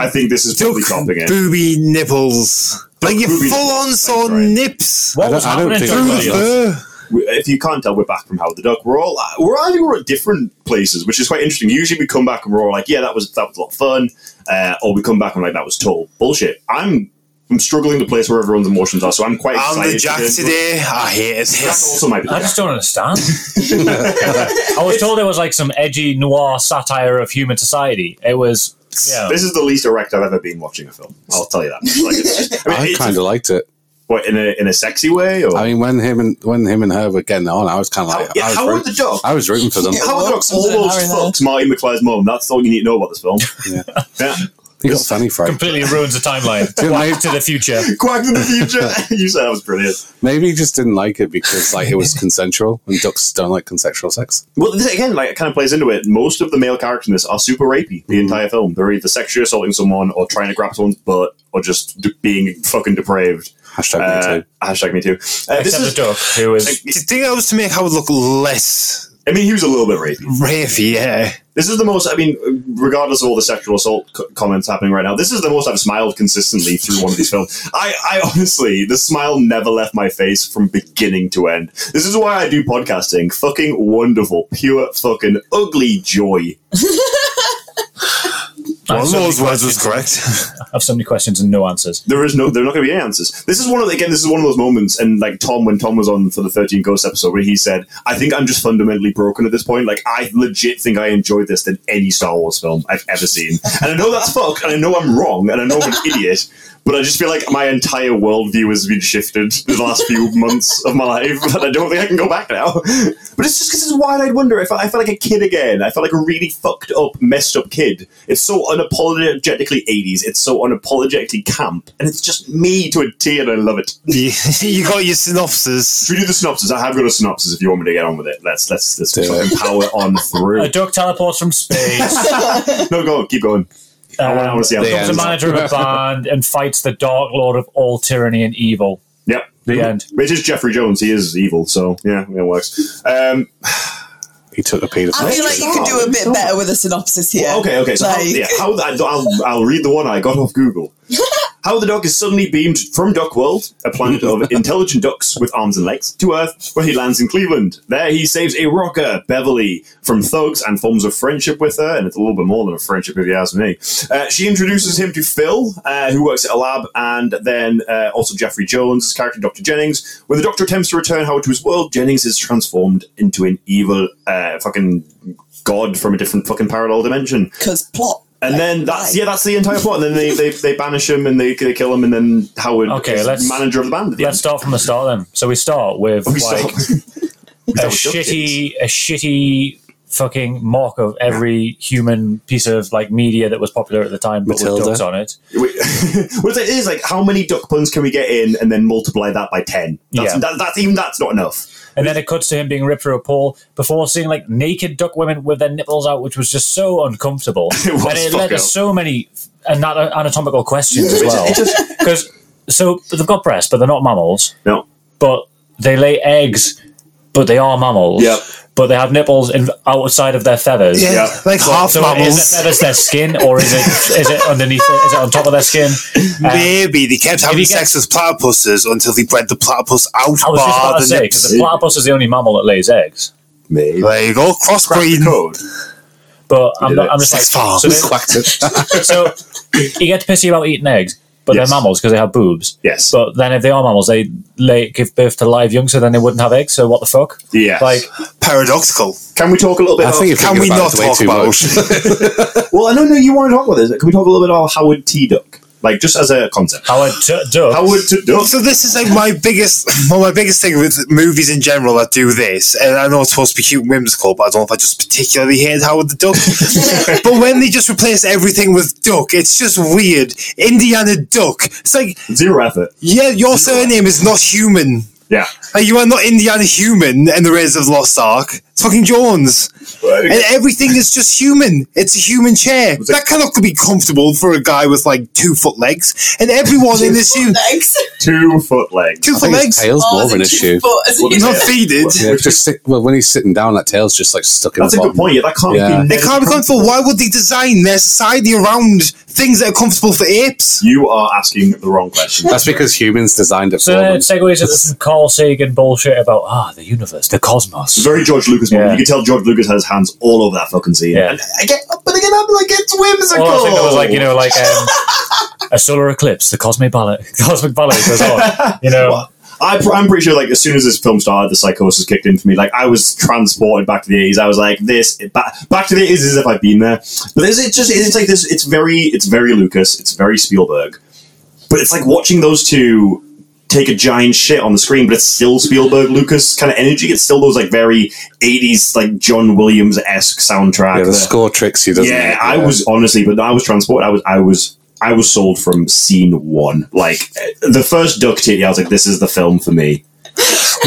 Speaker 6: I think this is probably topping it.
Speaker 9: booby nipples. Like you
Speaker 6: Booby
Speaker 9: full on
Speaker 6: nipples,
Speaker 9: saw
Speaker 6: that's right.
Speaker 5: I
Speaker 9: nips.
Speaker 8: What
Speaker 5: don't-
Speaker 8: was
Speaker 5: I don't
Speaker 8: happening?
Speaker 5: think
Speaker 8: to
Speaker 9: Through
Speaker 5: Well,
Speaker 9: the
Speaker 8: everybody else?
Speaker 9: fur.
Speaker 6: We- If you can't tell, we're back from Howard the Duck. We're all, we're, I think we're at different places, which is quite interesting. Usually we come back and we're all like, yeah, that was, that was a lot of fun. Uh, or we come back and we're like, that was total bullshit. I'm, I'm struggling to place where everyone's emotions are, so I'm quite
Speaker 9: I'm
Speaker 6: excited.
Speaker 9: the Jack
Speaker 6: to-
Speaker 9: today. I hate it.
Speaker 6: That also might be the
Speaker 8: I
Speaker 6: Jack.
Speaker 8: just don't understand. I was told it was like some edgy noir satire of human society. It was. Yeah.
Speaker 6: This is the least erect I've ever been watching a film. I'll tell you that. Like, it's just, I mean,
Speaker 5: I
Speaker 6: it's
Speaker 5: kind of liked it.
Speaker 6: what, in a in a sexy way or
Speaker 5: I mean, when him and when him and her were getting on, I was kind of like,
Speaker 6: yeah,
Speaker 5: I, was
Speaker 6: Howard
Speaker 5: root-
Speaker 6: the Duck.
Speaker 5: I was rooting for them.
Speaker 6: How the fuck almost fucks Marty McFly's mom? That's all you need to know about this film.
Speaker 5: Yeah.
Speaker 6: yeah.
Speaker 5: He got Fanny Fright.
Speaker 8: Completely ruins the timeline.
Speaker 5: Dude,
Speaker 8: Whack
Speaker 5: maybe,
Speaker 8: to the future.
Speaker 6: Quack in the future. you said that was brilliant.
Speaker 5: maybe he just didn't like it because like it was consensual, and ducks don't like consensual sex.
Speaker 6: Well, this, again, like it kind of plays into it. Most of the male characters in this are super rapey. The
Speaker 5: Mhm.
Speaker 6: entire film, they're either sexually assaulting someone, or trying to grab someone's butt, or just d- being fucking depraved.
Speaker 5: Hashtag me
Speaker 6: Uh,
Speaker 5: too.
Speaker 6: hashtag me too. Uh, this
Speaker 8: Except
Speaker 6: is,
Speaker 8: the duck, who was.
Speaker 9: Do you think that was to make Howard look less
Speaker 6: I mean, he was a little bit rapey.
Speaker 9: ravey? Yeah.
Speaker 6: This is the most, I mean, regardless of all the sexual assault c- comments happening right now, this is the most I've smiled consistently through one of these films. I, I honestly, the smile never left my face from beginning to end. This is why I do podcasting. Fucking wonderful, pure fucking ugly joy.
Speaker 9: One
Speaker 8: I've
Speaker 9: of
Speaker 8: so many
Speaker 9: those words was
Speaker 8: questions-
Speaker 9: correct.
Speaker 8: I've so many questions and no answers.
Speaker 6: There is no, there are not going to be any answers. This is one of, again, this is one of those moments, and like Tom, when Tom was on for the 13 Ghosts episode, where he said, I think I'm just fundamentally broken at this point. Like, I legit think I enjoyed this than any Star Wars film I've ever seen. And I know that's fucked, and I know I'm wrong, and I know I'm an idiot, but I just feel like my entire worldview has been shifted the last few months of my life, and I don't think I can go back now. But it's just because it's wide-eyed wonder. I felt, I felt like a kid again. I felt like a really fucked up, messed up kid. It's so unapologetically 80s. It's so unapologetically camp. And it's just me to a T, and I love it.
Speaker 9: you, you got your synopsis.
Speaker 6: Should we do the synopsis? I have got a synopsis if you want me to get on with it. Let's let's let's
Speaker 5: Do
Speaker 6: fucking power on
Speaker 8: A
Speaker 6: through.
Speaker 8: duck teleports from space.
Speaker 6: No, go on, keep going. I wanna- I wanna see how
Speaker 8: um,
Speaker 6: it
Speaker 8: becomes a
Speaker 5: ends.
Speaker 8: manager of a band and fights the Dark Lord of all tyranny and evil.
Speaker 6: Yep.
Speaker 8: The end.
Speaker 6: Which is Jeffrey Jones. He is evil, so yeah, it works. Um,
Speaker 5: He took a pedophile.
Speaker 6: feel like you could do a bit better
Speaker 10: with a synopsis here.
Speaker 6: well, okay, okay. So how,
Speaker 10: Like-
Speaker 6: yeah, how, I, I'll, I'll read the one I got off Google. How the Duck is suddenly beamed from Duck World, a planet of intelligent ducks with arms and legs, to Earth, where he lands in Cleveland. There he saves a rocker, Beverly, from thugs and forms a friendship with her, and it's a little bit more than a friendship if you ask me. Uh, she introduces him to Phil, uh, who works at a lab, and then uh, also Jeffrey Jones' character, Dr. Jennings. When the Doctor attempts to return Howard to his world, Jennings is transformed into an evil uh, fucking god from a different fucking parallel dimension.
Speaker 10: Because plot.
Speaker 6: And then that's yeah, that's the entire plot. And then they, they, they banish him and they, they kill him. And then Howard
Speaker 8: Okay,
Speaker 6: is
Speaker 8: let's-
Speaker 6: manager of the band. At the
Speaker 8: Let's start from the start then. So we start with
Speaker 6: end. We
Speaker 8: like
Speaker 6: start- we
Speaker 8: a
Speaker 6: start with
Speaker 8: shitty, a shitty fucking mock of every human piece of like media that was popular at the time, but
Speaker 10: Matilda.
Speaker 8: with ducks on it.
Speaker 6: ducktales. We- well, it is like how many duck puns can we get in and then multiply that by ten? That's,
Speaker 8: Yeah.
Speaker 6: that, that's even that's not enough.
Speaker 8: And then it cuts to him being ripped through a pole before seeing like naked duck women with their nipples out, which was just so uncomfortable.
Speaker 6: It was
Speaker 8: and it led
Speaker 6: fucking-
Speaker 8: to so many ana- anatomical questions as well. Because so they've got breasts, but they're not mammals.
Speaker 6: No,
Speaker 8: But they lay eggs, but they are mammals.
Speaker 6: Yep.
Speaker 8: But they have nipples in, outside of their feathers.
Speaker 9: Yeah,
Speaker 6: Yeah.
Speaker 9: like half
Speaker 8: So is
Speaker 9: mammals.
Speaker 8: it feathers their skin, or is it is it underneath? Is it on top of their skin? Um,
Speaker 9: Maybe they kept having
Speaker 8: you
Speaker 9: sex with platypuses until they bred the platypus out
Speaker 8: I was just about
Speaker 9: bar
Speaker 8: to
Speaker 9: the
Speaker 8: say
Speaker 9: nips.
Speaker 8: because the platypus is the only mammal that lays eggs.
Speaker 6: maybe.
Speaker 9: There you go,
Speaker 6: Crack the
Speaker 9: crossbreeding.
Speaker 6: code.
Speaker 8: But I'm,
Speaker 6: did
Speaker 8: not,
Speaker 6: it.
Speaker 8: I'm just like
Speaker 9: Sex farm.
Speaker 8: so, they- so you get pissy about eating eggs, but
Speaker 6: Yes.
Speaker 8: they're mammals because they have boobs.
Speaker 6: Yes.
Speaker 8: But then if they are mammals, they lay, give birth to live young, so then they wouldn't have eggs. So what the fuck?
Speaker 6: Yes.
Speaker 8: Like
Speaker 9: Paradoxical.
Speaker 6: Can we talk a little bit?
Speaker 5: I
Speaker 6: about-
Speaker 5: think you're
Speaker 9: Can
Speaker 5: thinking
Speaker 9: we
Speaker 5: about
Speaker 9: not
Speaker 5: it way
Speaker 9: talk
Speaker 5: too
Speaker 9: about
Speaker 5: much.
Speaker 6: well, I don't know. You want to talk about this? Can we talk a little bit about Howard T. Duck? Like just as a concept,
Speaker 8: Howard t- Duck.
Speaker 6: Howard T. Duck.
Speaker 9: So this is like my biggest, well, my biggest thing with movies in general that do this, and I know it's supposed to be cute and whimsical, but I don't know if I just particularly hate Howard the Duck. but when they just replace everything with Duck, it's just weird. Indiana Duck. It's like,
Speaker 6: Zero effort.
Speaker 9: yeah, your surname is not human.
Speaker 6: Yeah.
Speaker 9: Like you are not Indiana human in the Raiders of the Lost Ark. It's fucking Jones, and everything is just human. It's a human chair that cannot be comfortable for a guy with like two foot legs, and everyone in this human
Speaker 10: Legs.
Speaker 6: Two foot legs.
Speaker 9: two
Speaker 5: I
Speaker 9: foot
Speaker 5: think his
Speaker 9: legs.
Speaker 5: tail's
Speaker 10: Oh,
Speaker 5: more
Speaker 10: is
Speaker 5: of an
Speaker 10: it two
Speaker 5: issue.
Speaker 10: foot? Is it-
Speaker 9: He's not feeded.
Speaker 5: Yeah, it's just sit, well, when he's sitting down, that tail's just like stuck in
Speaker 6: That's a
Speaker 5: the
Speaker 6: good
Speaker 5: bottom.
Speaker 6: point. Yeah, that can't
Speaker 5: Yeah.
Speaker 6: be.
Speaker 9: They can't be comfortable. Why would they design their society around things that are comfortable for apes?
Speaker 6: You are asking the wrong question.
Speaker 5: That's because humans designed it
Speaker 8: So
Speaker 5: for
Speaker 8: then
Speaker 5: them.
Speaker 8: it segues into some Carl Sagan bullshit about ah the universe, the cosmos.
Speaker 6: It's a very George Lucas moment.
Speaker 8: Yeah.
Speaker 6: You can tell George Lucas has hands all over that fucking scene.
Speaker 8: Yeah.
Speaker 6: And I get, but again, I'm like, oh. it's whimsical.
Speaker 8: Well, I think that was like you know, like um, a solar eclipse, the cosmic ballet, cosmic ballet goes on. You know,
Speaker 6: Well, I, pr- I'm pretty sure, like, as soon as this film started, the psychosis kicked in for me. Like, I was transported back to the 80s. I was like, this, back, back to the 80s as if I'd been there. But there's, it just, it's like this, it's very, it's very Lucas, it's very Spielberg. But it's like watching those two take a giant shit on the screen, but it's still Spielberg Lucas kind of energy. It's still those, like, very 80s, like, John Williams esque soundtrack.
Speaker 5: Yeah, the
Speaker 6: that-
Speaker 5: score tricks you, doesn't
Speaker 6: yeah,
Speaker 5: it?
Speaker 6: I was honestly, but I was transported. I was, I was, I was sold from scene one. Like eh, the first duck titty, I was like, this is the film for me.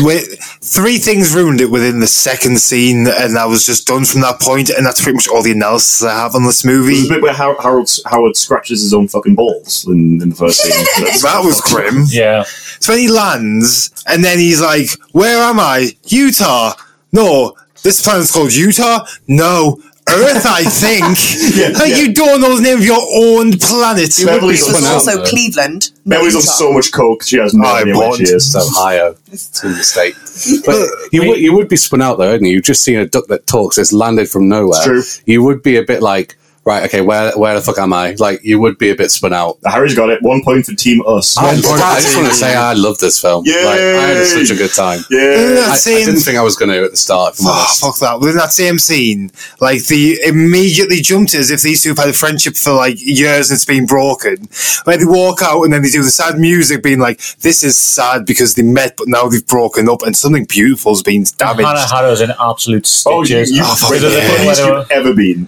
Speaker 9: Wait, three things ruined it within the second scene, and I was just done from that point, and that's pretty much all the analysis I have on this
Speaker 6: There's a
Speaker 9: movie.
Speaker 6: bit where Har- Harold Howard scratches his own fucking balls in, in the first scene. That's-
Speaker 9: That was grim.
Speaker 8: yeah.
Speaker 9: So when he lands, and then he's like, Where am I? Utah. No, this planet's called Utah. No, Earth, I think.
Speaker 6: Yeah,
Speaker 9: Like,
Speaker 6: yeah.
Speaker 9: You don't know the name of your own planet.
Speaker 6: Beverly's
Speaker 1: It was
Speaker 5: Spun
Speaker 6: on,
Speaker 5: out,
Speaker 1: also
Speaker 5: though.
Speaker 1: Cleveland. not
Speaker 6: Beverly's on
Speaker 1: Utah.
Speaker 6: so much coke, she has no
Speaker 9: I
Speaker 6: idea where she
Speaker 9: want
Speaker 6: is.
Speaker 5: So Ohio. It's a mistake. But you would you would be spun out though, wouldn't you? You've just seen a duck that talks, it's landed from nowhere.
Speaker 6: true.
Speaker 5: You would be a bit like, right, okay, where where the fuck am I? Like you would be a bit spun out.
Speaker 6: Harry's got it. One point for Team Us.
Speaker 5: I, I just want to say I love this film.
Speaker 6: Oh, Yay!
Speaker 5: Like, I had such a good time.
Speaker 6: yeah. Ah,
Speaker 9: That
Speaker 5: I, I
Speaker 9: same-
Speaker 5: didn't think I was going to at the start. If I'm
Speaker 9: Oh,
Speaker 5: honest.
Speaker 9: fuck that. Within that same scene, like, they immediately jumped as if these two have had a friendship for, like, years and it's been broken. Like, they walk out and then they do the sad music, being like, this is sad because they met, but now they've broken up and something beautiful's been
Speaker 8: Hannah
Speaker 9: damaged.
Speaker 8: Harrow's in absolute
Speaker 6: Oh, you,
Speaker 8: stitches.
Speaker 6: you,
Speaker 9: Oh, fuck
Speaker 6: where the
Speaker 9: yeah.
Speaker 6: funniest you've ever been.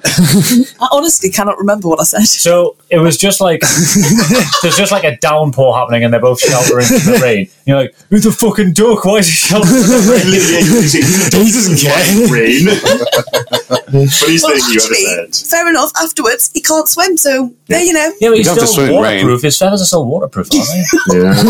Speaker 10: I honestly cannot remember what I said.
Speaker 8: So it was just like there's just like a downpour happening, and they're both sheltering from the rain. And You're like, who's a fucking duck? Why is he shouting?
Speaker 6: he
Speaker 8: doesn't
Speaker 6: Rain. but he's
Speaker 10: Well,
Speaker 6: thinking you
Speaker 10: actually,
Speaker 6: understand.
Speaker 10: fair enough. Afterwards, he can't swim, so there you know.
Speaker 8: Yeah, but he's
Speaker 5: You don't have to swim
Speaker 8: still
Speaker 5: in rain.
Speaker 8: waterproof. His feathers are still waterproof, aren't they?
Speaker 6: Yeah.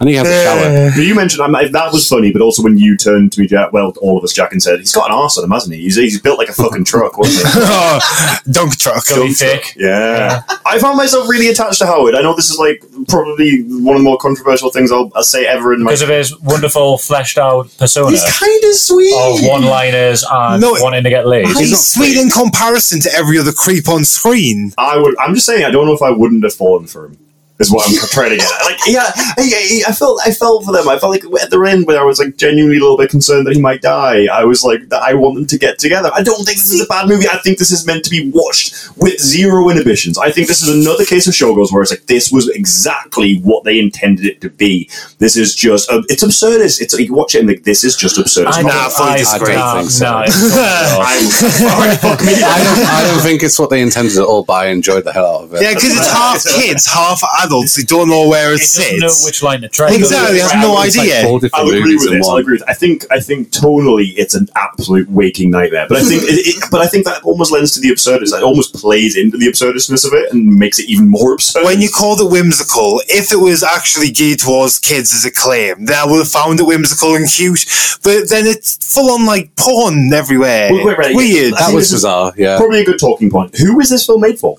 Speaker 5: And he has a shower.
Speaker 9: Uh,
Speaker 6: But you mentioned um, that was funny, but also when you turned to me, Jack, well, all of us, Jack, and said, he's got an arse on him, hasn't he? He's, he's built like a fucking truck, wasn't he?
Speaker 9: dunk truck.
Speaker 8: Gully thick.
Speaker 6: Yeah. I found myself really attached to Howard. I know this is like probably one of the more controversial things I'll, I'll say ever in my.
Speaker 8: Because of his wonderful, fleshed out persona
Speaker 6: He's kind of sweet.
Speaker 1: Oh.
Speaker 8: of one liners and
Speaker 9: No,
Speaker 8: wanting to get laid.
Speaker 9: He's,
Speaker 6: not
Speaker 9: sweet in comparison to every other creep on screen.
Speaker 6: I would. I'm just saying. I don't know if I wouldn't have fallen for him. Is what I'm trying to get. At. Like, yeah, I, I- I felt, I felt for them. I felt like at the end when I was like genuinely a little bit concerned that he might die. I was like, that I want them to get together. I don't think this is a bad movie. I think this is meant to be watched with zero inhibitions. I think this is another case of showgirls where it's like this was exactly what they intended it to be. This is just, um, it's absurdist. It's you watch it and like this is just absurd. It's
Speaker 8: I,
Speaker 6: not-
Speaker 9: Nah, fuck
Speaker 8: I,
Speaker 9: this
Speaker 8: I,
Speaker 9: great
Speaker 8: nah,
Speaker 5: thing, so.
Speaker 8: nah, it's not.
Speaker 6: I'm- fuck me.
Speaker 5: I don't, I don't think it's what they intended at all, but I enjoyed the hell out of it.
Speaker 9: Yeah, because it's half kids, half adults. They don't know where it,
Speaker 8: It doesn't
Speaker 9: sits.
Speaker 8: know which line to try.
Speaker 9: Exactly, has no
Speaker 5: It's like
Speaker 9: idea.
Speaker 5: four different
Speaker 6: I'll agree
Speaker 5: movies
Speaker 6: with
Speaker 5: in
Speaker 6: this. I'll
Speaker 5: one.
Speaker 6: agree with. I think I think tonally it's an absolute waking nightmare. But I think it, it, but I think that almost lends to the absurdist. It almost plays into the absurdistness of it and makes it even more absurd.
Speaker 9: when you called it whimsical, if it was actually geared towards kids as a claim, then I would have found it whimsical and cute. But then it's full on like porn everywhere.
Speaker 6: Wait, wait, wait.
Speaker 9: Weird.
Speaker 6: I
Speaker 5: That
Speaker 6: think
Speaker 5: was
Speaker 6: this is
Speaker 5: bizarre, yeah.
Speaker 6: probably a good talking point. Who is this film made for?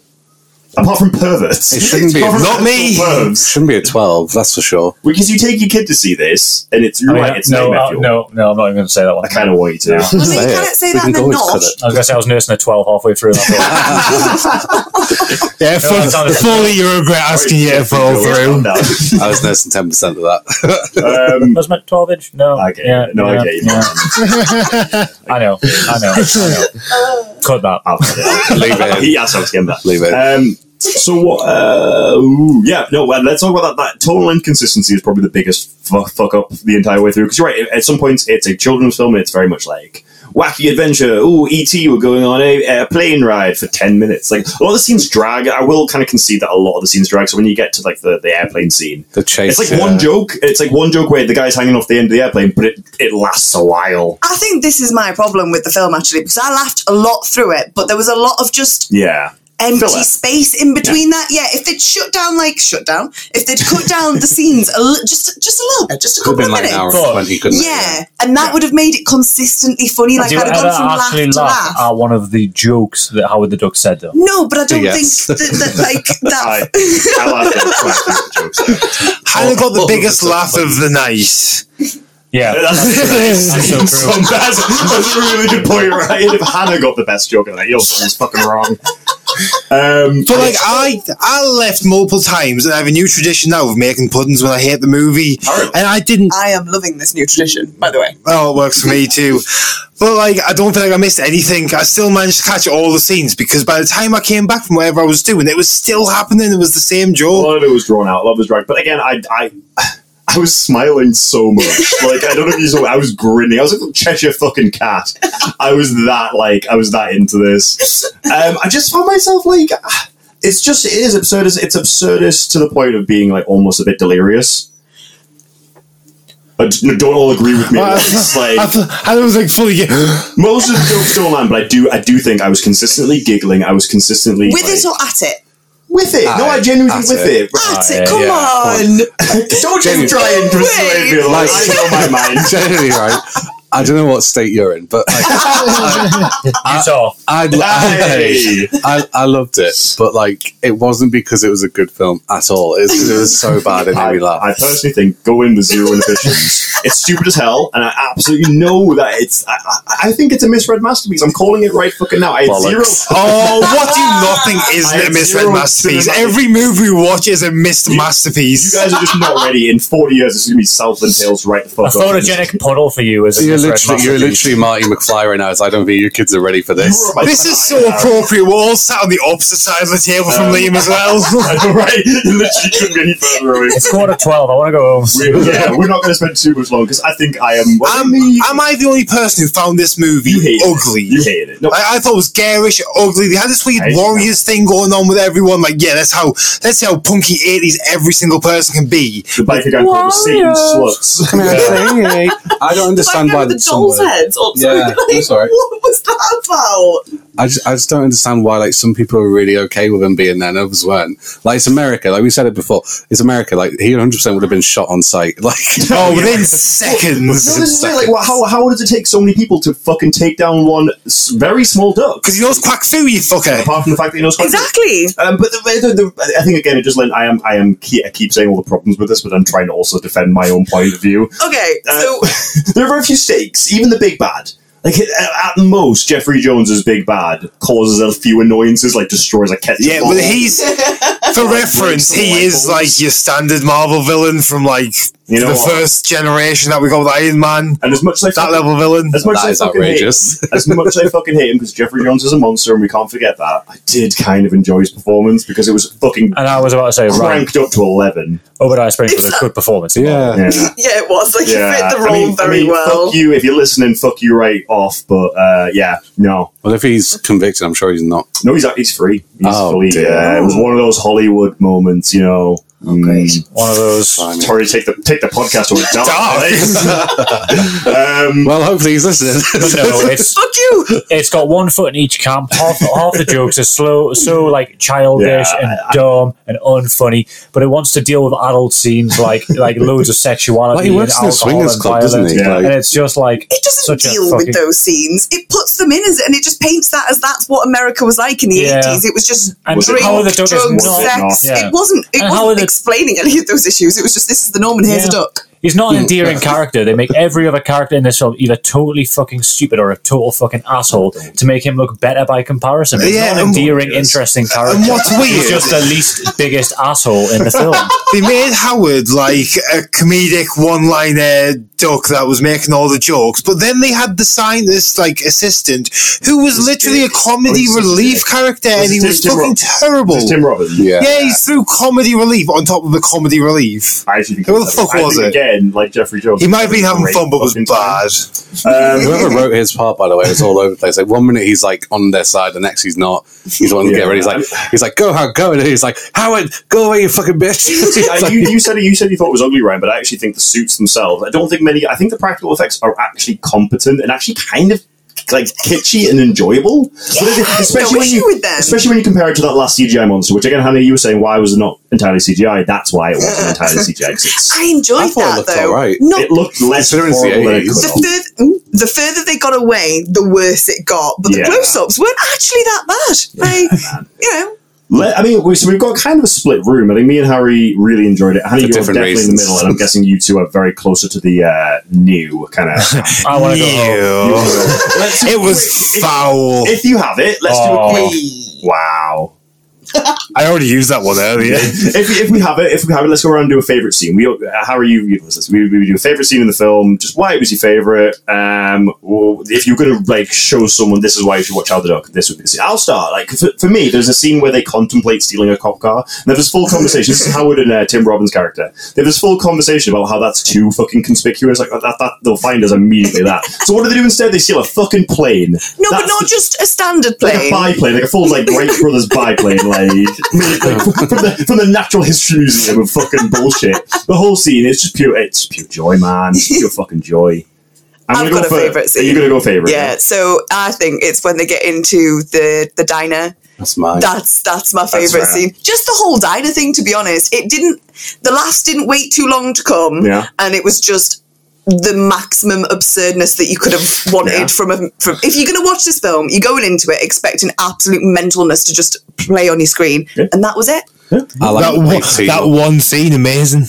Speaker 6: Apart from perverts,
Speaker 5: It shouldn't
Speaker 6: It's
Speaker 5: be.
Speaker 6: apart from
Speaker 9: Not me.
Speaker 6: perverts.
Speaker 5: Shouldn't be a 12, that's for sure.
Speaker 6: Because you take your kid to see this, and it's you're
Speaker 8: I mean,
Speaker 6: right. It's
Speaker 8: no,
Speaker 6: nightmare
Speaker 8: uh,
Speaker 6: fuel.
Speaker 8: no, no, I'm not even going to say that one.
Speaker 6: I kind of want you to.
Speaker 10: I mean, you
Speaker 5: Say
Speaker 10: can't
Speaker 5: it.
Speaker 10: say
Speaker 5: We
Speaker 10: that
Speaker 5: can
Speaker 10: and then
Speaker 5: always
Speaker 10: not.
Speaker 5: cut it.
Speaker 8: I was going to say I was nursing a 12 halfway through. and I thought,
Speaker 9: yeah,
Speaker 8: No, that sounded-
Speaker 9: fully you regret asking you to fall through.
Speaker 5: I was nursing 10% of that.
Speaker 6: Um,
Speaker 8: was meant 12 inch? No.
Speaker 6: I get it.
Speaker 8: yeah,
Speaker 6: No, I
Speaker 8: yeah,
Speaker 6: get you.
Speaker 8: yeah. I know. I know. I know. Cut that.
Speaker 6: I'll
Speaker 5: Leave it in.
Speaker 6: Oh, He asked us again that.
Speaker 5: Leave it.
Speaker 6: Um, so what? Uh, ooh, yeah, no. Well, let's talk about that. That total inconsistency is probably the biggest fuck, fuck up the entire way through. Because you're right. At some points, it's a children's film. And it's very much like wacky adventure. Ooh, ET, we're going on eh, a, a plane ride for ten minutes. Like a lot of the scenes drag. I will kind of concede that a lot of the scenes drag. So when you get to like the, the airplane scene,
Speaker 5: The chase.
Speaker 6: it's like
Speaker 5: yeah.
Speaker 6: one joke. It's like one joke where the guy's hanging off the end of the airplane, but it, it lasts a while.
Speaker 1: I think this is my problem with the film actually because I laughed a lot through it, but there was a lot of just
Speaker 6: Yeah.
Speaker 1: empty
Speaker 6: Filler.
Speaker 1: space in between that. Yeah, if they'd shut down like shut down, if they'd cut down the scenes a li- just just a little bit, just a
Speaker 5: Could have
Speaker 1: couple
Speaker 5: been like
Speaker 1: of
Speaker 5: an
Speaker 1: minutes.
Speaker 5: hour and 20, couldn't it?
Speaker 1: yeah, and that would have made it consistently funny. Like
Speaker 8: Do you
Speaker 1: I'd
Speaker 8: ever
Speaker 1: have gone from laugh
Speaker 8: actually
Speaker 1: to
Speaker 8: laugh, Oh.
Speaker 1: laugh.
Speaker 8: at one of the jokes that Howard the Duck said, though?
Speaker 1: no, but I don't
Speaker 5: Yes.
Speaker 1: think that, that like
Speaker 6: I,
Speaker 1: that.
Speaker 6: I laughed at quite a few jokes. there.
Speaker 9: Hannah got the
Speaker 5: Oh,
Speaker 9: biggest
Speaker 5: oh,
Speaker 9: laugh of the night.
Speaker 8: Yeah.
Speaker 6: That's,
Speaker 8: so true.
Speaker 6: that's, that's a really good point, right? If Hannah got the best joke of that, you're something's fucking wrong. Um,
Speaker 9: But like I, I left multiple times, and I have a new tradition now of making puddings when I hate the movie.
Speaker 6: Alright.
Speaker 9: And I didn't.
Speaker 1: I am loving this new tradition, by the way.
Speaker 9: Oh, it works for me too. But like, I don't feel like I missed anything. I still managed to catch all the scenes because by the time I came back from whatever I was doing, it was still happening. It was the same
Speaker 6: a
Speaker 9: joke.
Speaker 6: lot of it was drawn out, a lot of it was dragged. But again, I, I, I was smiling so much. Like I don't know if you saw, I was grinning. I was like a Cheshire fucking cat. I was that like I was that into this. Um, I just found myself like ah, it's just it is absurdist. It's absurdist to the point of being like almost a bit delirious. But don't all agree with me. at once, like,
Speaker 9: I, th- I was like fully.
Speaker 6: Most of the jokes don't land, but I do I do think I was consistently giggling. I was consistently
Speaker 1: With
Speaker 6: like-
Speaker 1: it or at it?
Speaker 6: with it. no, I genuinely
Speaker 5: At
Speaker 6: think with
Speaker 5: it.
Speaker 6: it. But
Speaker 1: At
Speaker 8: yeah,
Speaker 1: it, come
Speaker 5: yeah,
Speaker 1: on.
Speaker 6: Don't
Speaker 5: Genuinely.
Speaker 6: just try and persuade me. Like, I know my mind.
Speaker 5: Generally, right? I don't know what state you're in, but like,
Speaker 8: Utah.
Speaker 5: I, I,
Speaker 6: Hey.
Speaker 5: I, I loved it. But like, it wasn't because it was a good film at all. It's 'cause it was so bad it made me laugh.
Speaker 6: I personally think go in with zero inhibitions. it's stupid as hell, and I absolutely know that it's. I, I, I think it's a misread masterpiece. I'm calling it right fucking now. I had zero.
Speaker 5: Bollocks.
Speaker 9: Oh, what do you not think
Speaker 6: I
Speaker 9: isn't
Speaker 6: had
Speaker 9: a misread
Speaker 6: zero
Speaker 9: masterpiece?
Speaker 6: cinematic-
Speaker 9: Every movie we watch is a missed masterpiece.
Speaker 6: You guys are just not ready. In 40 years, this is gonna be Southland Tales right the
Speaker 8: A
Speaker 6: fuck up.
Speaker 8: photogenic puddle for you as a
Speaker 5: Yeah. You're
Speaker 9: Fred
Speaker 5: literally, you're
Speaker 9: Masterpiece.
Speaker 5: literally Marty McFly right now. It's, I don't think you kids are ready for this.
Speaker 9: This is so appropriate. We're all sat on the opposite side of the table
Speaker 6: Um,
Speaker 9: from Liam as well.
Speaker 6: right? You literally couldn't be any further away.
Speaker 8: It's quarter to twelve. I want to go home.
Speaker 6: We- yeah, we're not going to spend too much long because I think I am. Well,
Speaker 9: am, am I the only person who found this movie
Speaker 6: you hated
Speaker 9: ugly?
Speaker 6: It. You hated it. No,
Speaker 9: I, I thought it was garish, ugly. They had this weird
Speaker 6: I-
Speaker 9: warriors thing going on with everyone. Like, yeah, that's how that's how punky eighties every single person can be.
Speaker 6: the biker gang called the Satan
Speaker 9: Oh,
Speaker 6: sluts.
Speaker 5: Come here, say, hey. I don't understand
Speaker 1: like
Speaker 5: why
Speaker 1: over the
Speaker 5: that
Speaker 1: doll's
Speaker 5: somewhere-
Speaker 1: heads or something.
Speaker 5: Yeah,
Speaker 1: like,
Speaker 5: that's all right.
Speaker 1: What was that about?
Speaker 5: I just, I just don't understand why like some people are really okay with him being there and others weren't. Like it's America, like we said it before. It's America. Like he 100 percent would have been shot on sight. Like
Speaker 9: Oh, within seconds.
Speaker 6: No, this is it. Like, well, how, how does it take so many people to fucking take down one s- very small duck?
Speaker 9: Because he knows quack foo, you fucker.
Speaker 6: Apart from the fact that he knows quite a bit.
Speaker 1: Exactly.
Speaker 6: Um, but the, the, the, I think again, it just lent. I am, I am. Keep, I keep saying all the problems with this, but I'm trying to also defend my own point of view.
Speaker 1: Okay,
Speaker 6: Uh,
Speaker 1: so
Speaker 6: there are very few stakes. Even the big bad, like at, at most, Jeffrey Jones's big bad causes a few annoyances, like destroys a ketchup.
Speaker 9: Yeah, but
Speaker 6: bottle.
Speaker 9: he's for reference, he is like your standard Marvel villain from like
Speaker 6: You know
Speaker 9: the
Speaker 6: what?
Speaker 9: first generation that we got with Iron Man.
Speaker 6: and as much as I
Speaker 9: That
Speaker 6: fucking,
Speaker 9: level villain.
Speaker 6: as much
Speaker 5: that
Speaker 6: as
Speaker 5: is
Speaker 6: I fucking hate,
Speaker 5: outrageous.
Speaker 6: as much as I fucking hate him because Jeffrey Jones is a monster and we can't forget that. I did kind of enjoy his performance because it was fucking
Speaker 8: And I was about to say, right,
Speaker 6: cranked up to eleven.
Speaker 8: Obadiah Springfield was a good performance.
Speaker 5: yeah.
Speaker 6: Yeah.
Speaker 1: yeah, it was like you fit the role very well.
Speaker 6: Fuck you if you're listening. Fuck you right off. But uh, yeah, no,
Speaker 5: Well, if he's convicted, I'm sure he's not.
Speaker 6: no, he's he's free. He's
Speaker 5: Oh,
Speaker 6: free.
Speaker 5: dear.
Speaker 6: Yeah, it was one of those Hollywood moments, you know.
Speaker 9: Oh,
Speaker 1: great.
Speaker 6: Mm,
Speaker 8: One of those.
Speaker 5: Fine.
Speaker 6: Sorry, take the take the podcast away.
Speaker 9: Dark.
Speaker 6: um,
Speaker 5: Well, hopefully he's listening.
Speaker 8: But no, it's
Speaker 1: Fuck you.
Speaker 8: it's got one foot in each camp. Half, half the jokes are slow, so like childish
Speaker 6: Yeah,
Speaker 8: and dumb and unfunny. But it wants to deal with adult scenes like like loads of
Speaker 5: Like,
Speaker 8: sexuality
Speaker 5: he
Speaker 8: and
Speaker 5: works in
Speaker 8: alcohol
Speaker 5: a swingers
Speaker 8: and
Speaker 5: club, doesn't
Speaker 8: violence.
Speaker 5: he?
Speaker 6: Yeah.
Speaker 5: Like,
Speaker 8: And it's just like
Speaker 1: It doesn't
Speaker 8: such a
Speaker 1: deal
Speaker 8: fucking-
Speaker 1: with those scenes. It puts them in as, and it just paints that as that's what America was like in the
Speaker 8: Yeah.
Speaker 1: eighties. It was just
Speaker 8: And
Speaker 1: drink,
Speaker 8: Howard the Duck
Speaker 1: drugs,
Speaker 8: is not-
Speaker 1: sex.
Speaker 8: Yeah.
Speaker 1: It wasn't. It
Speaker 8: And Howard
Speaker 1: wasn't
Speaker 8: the-
Speaker 1: explaining any of those issues. It was just this is the norm and here's a
Speaker 8: Yeah.
Speaker 1: duck.
Speaker 8: He's not an endearing character. They make every other character in this film either totally fucking stupid or a total fucking asshole to make him look better by comparison. He's
Speaker 9: Yeah,
Speaker 8: not an
Speaker 9: and-
Speaker 8: endearing, interesting character.
Speaker 9: and what's
Speaker 8: He's
Speaker 9: weird-
Speaker 8: just the least biggest asshole in the film.
Speaker 9: they made Howard like a comedic one-liner duck that was making all the jokes, but then they had the scientist like assistant who was literally a comedy
Speaker 6: Was it
Speaker 9: relief
Speaker 6: Dick?
Speaker 9: character,
Speaker 6: Was
Speaker 9: and he
Speaker 6: it
Speaker 9: was
Speaker 6: Tim
Speaker 9: fucking
Speaker 6: Roth?
Speaker 9: terrible.
Speaker 6: Tim Robbins.
Speaker 5: yeah.
Speaker 9: Yeah, he threw comedy relief on top of the comedy relief.
Speaker 6: I actually think
Speaker 9: Who the
Speaker 6: I
Speaker 9: fuck
Speaker 6: think
Speaker 9: was it?
Speaker 6: again? Like Jeffrey Jones,
Speaker 9: He might have been having
Speaker 6: Great
Speaker 9: fun, but was
Speaker 6: fucking
Speaker 9: bad.
Speaker 6: time. Um,
Speaker 5: Whoever wrote his part, by the way, was all over the place. Like one minute he's like on their side, the next he's not. He's wanting to
Speaker 6: Yeah.
Speaker 5: get ready. He's like, he's like, go Howard, go, and he's like, Howard, go away, you fucking bitch. It's
Speaker 6: Yeah,
Speaker 5: like-
Speaker 6: you, you said you said you thought it was ugly, Ryan, but I actually think the suits themselves. I don't think many. I think the practical effects are actually competent and actually kind of like kitschy and enjoyable. But it- especially
Speaker 1: No
Speaker 6: when
Speaker 1: issue
Speaker 6: you,
Speaker 1: with them.
Speaker 6: especially when you compare it to that last CGI monster, which again, Hannah, you were saying why was it not entirely CGI? That's why it wasn't entirely CGI. 'cause it's-
Speaker 1: I enjoyed
Speaker 5: I thought it
Speaker 1: that
Speaker 5: looked
Speaker 1: though.
Speaker 5: alright.
Speaker 1: Not
Speaker 6: it looked less
Speaker 5: Considering E, it's the
Speaker 6: horrible than it
Speaker 5: 80s.
Speaker 6: could
Speaker 1: the
Speaker 6: have.
Speaker 1: further mm, the further they got away, the worse it got. But the
Speaker 6: Yeah.
Speaker 1: close-ups weren't actually that bad. They, you know,
Speaker 6: Let, I mean, we, so we've got kind of a split room. I think me and Harry really enjoyed it. Hannah,
Speaker 5: For
Speaker 6: you're
Speaker 5: different
Speaker 6: definitely in the
Speaker 5: reasons.
Speaker 6: middle, and I'm guessing you two are very closer to the uh, new kind of.
Speaker 8: I want to go home.
Speaker 9: Ew. It was foul.
Speaker 6: if you have it, let's
Speaker 8: Oh.
Speaker 6: do a quick. Wow.
Speaker 9: I already used that one earlier.
Speaker 6: if, if we have it, if we have it, let's go around and do a favorite scene. We, uh, how are you? you listen, we, we do a favorite scene in the film. Just why it was your favorite. Um, or if you're gonna like show someone this is why you should watch Out the Duck, this would be the scene. I'll start. Like for, for me, there's a scene where they contemplate stealing a cop car, and there's this full conversation. this is Howard and uh, Tim Robbins' character. They have this full conversation about how that's too fucking conspicuous. Like that, that they'll find us immediately. That. So what do they do instead? They steal a fucking plane.
Speaker 1: no,
Speaker 6: That's
Speaker 1: but not
Speaker 6: the-
Speaker 1: just a standard
Speaker 6: like a
Speaker 1: plane.
Speaker 6: biplane, like a full like Wright Brothers biplane, like, like from, the, from the Natural History Museum of fucking bullshit. The whole scene is just pure, it's pure joy, man. It's pure fucking joy. I'm
Speaker 1: I've got a
Speaker 6: for-
Speaker 1: favourite
Speaker 6: Are you
Speaker 1: scene.
Speaker 6: gonna go favorite?
Speaker 1: yeah, so I think it's when they get into the the diner
Speaker 5: That's mine.
Speaker 1: That's that's my
Speaker 6: fair.
Speaker 1: favorite scene. Just the whole diner thing, to be honest. It didn't. The last didn't wait too long to come,
Speaker 6: Yeah.
Speaker 1: and it was just the maximum absurdness that you could have wanted
Speaker 6: Yeah.
Speaker 1: from a from. If you're going to watch this film, you're going into it expecting absolute mentalness to just play on your screen,
Speaker 6: Yeah.
Speaker 1: and that was it.
Speaker 5: I like
Speaker 9: that,
Speaker 5: the
Speaker 9: one,
Speaker 5: brief team.
Speaker 9: that one scene, amazing.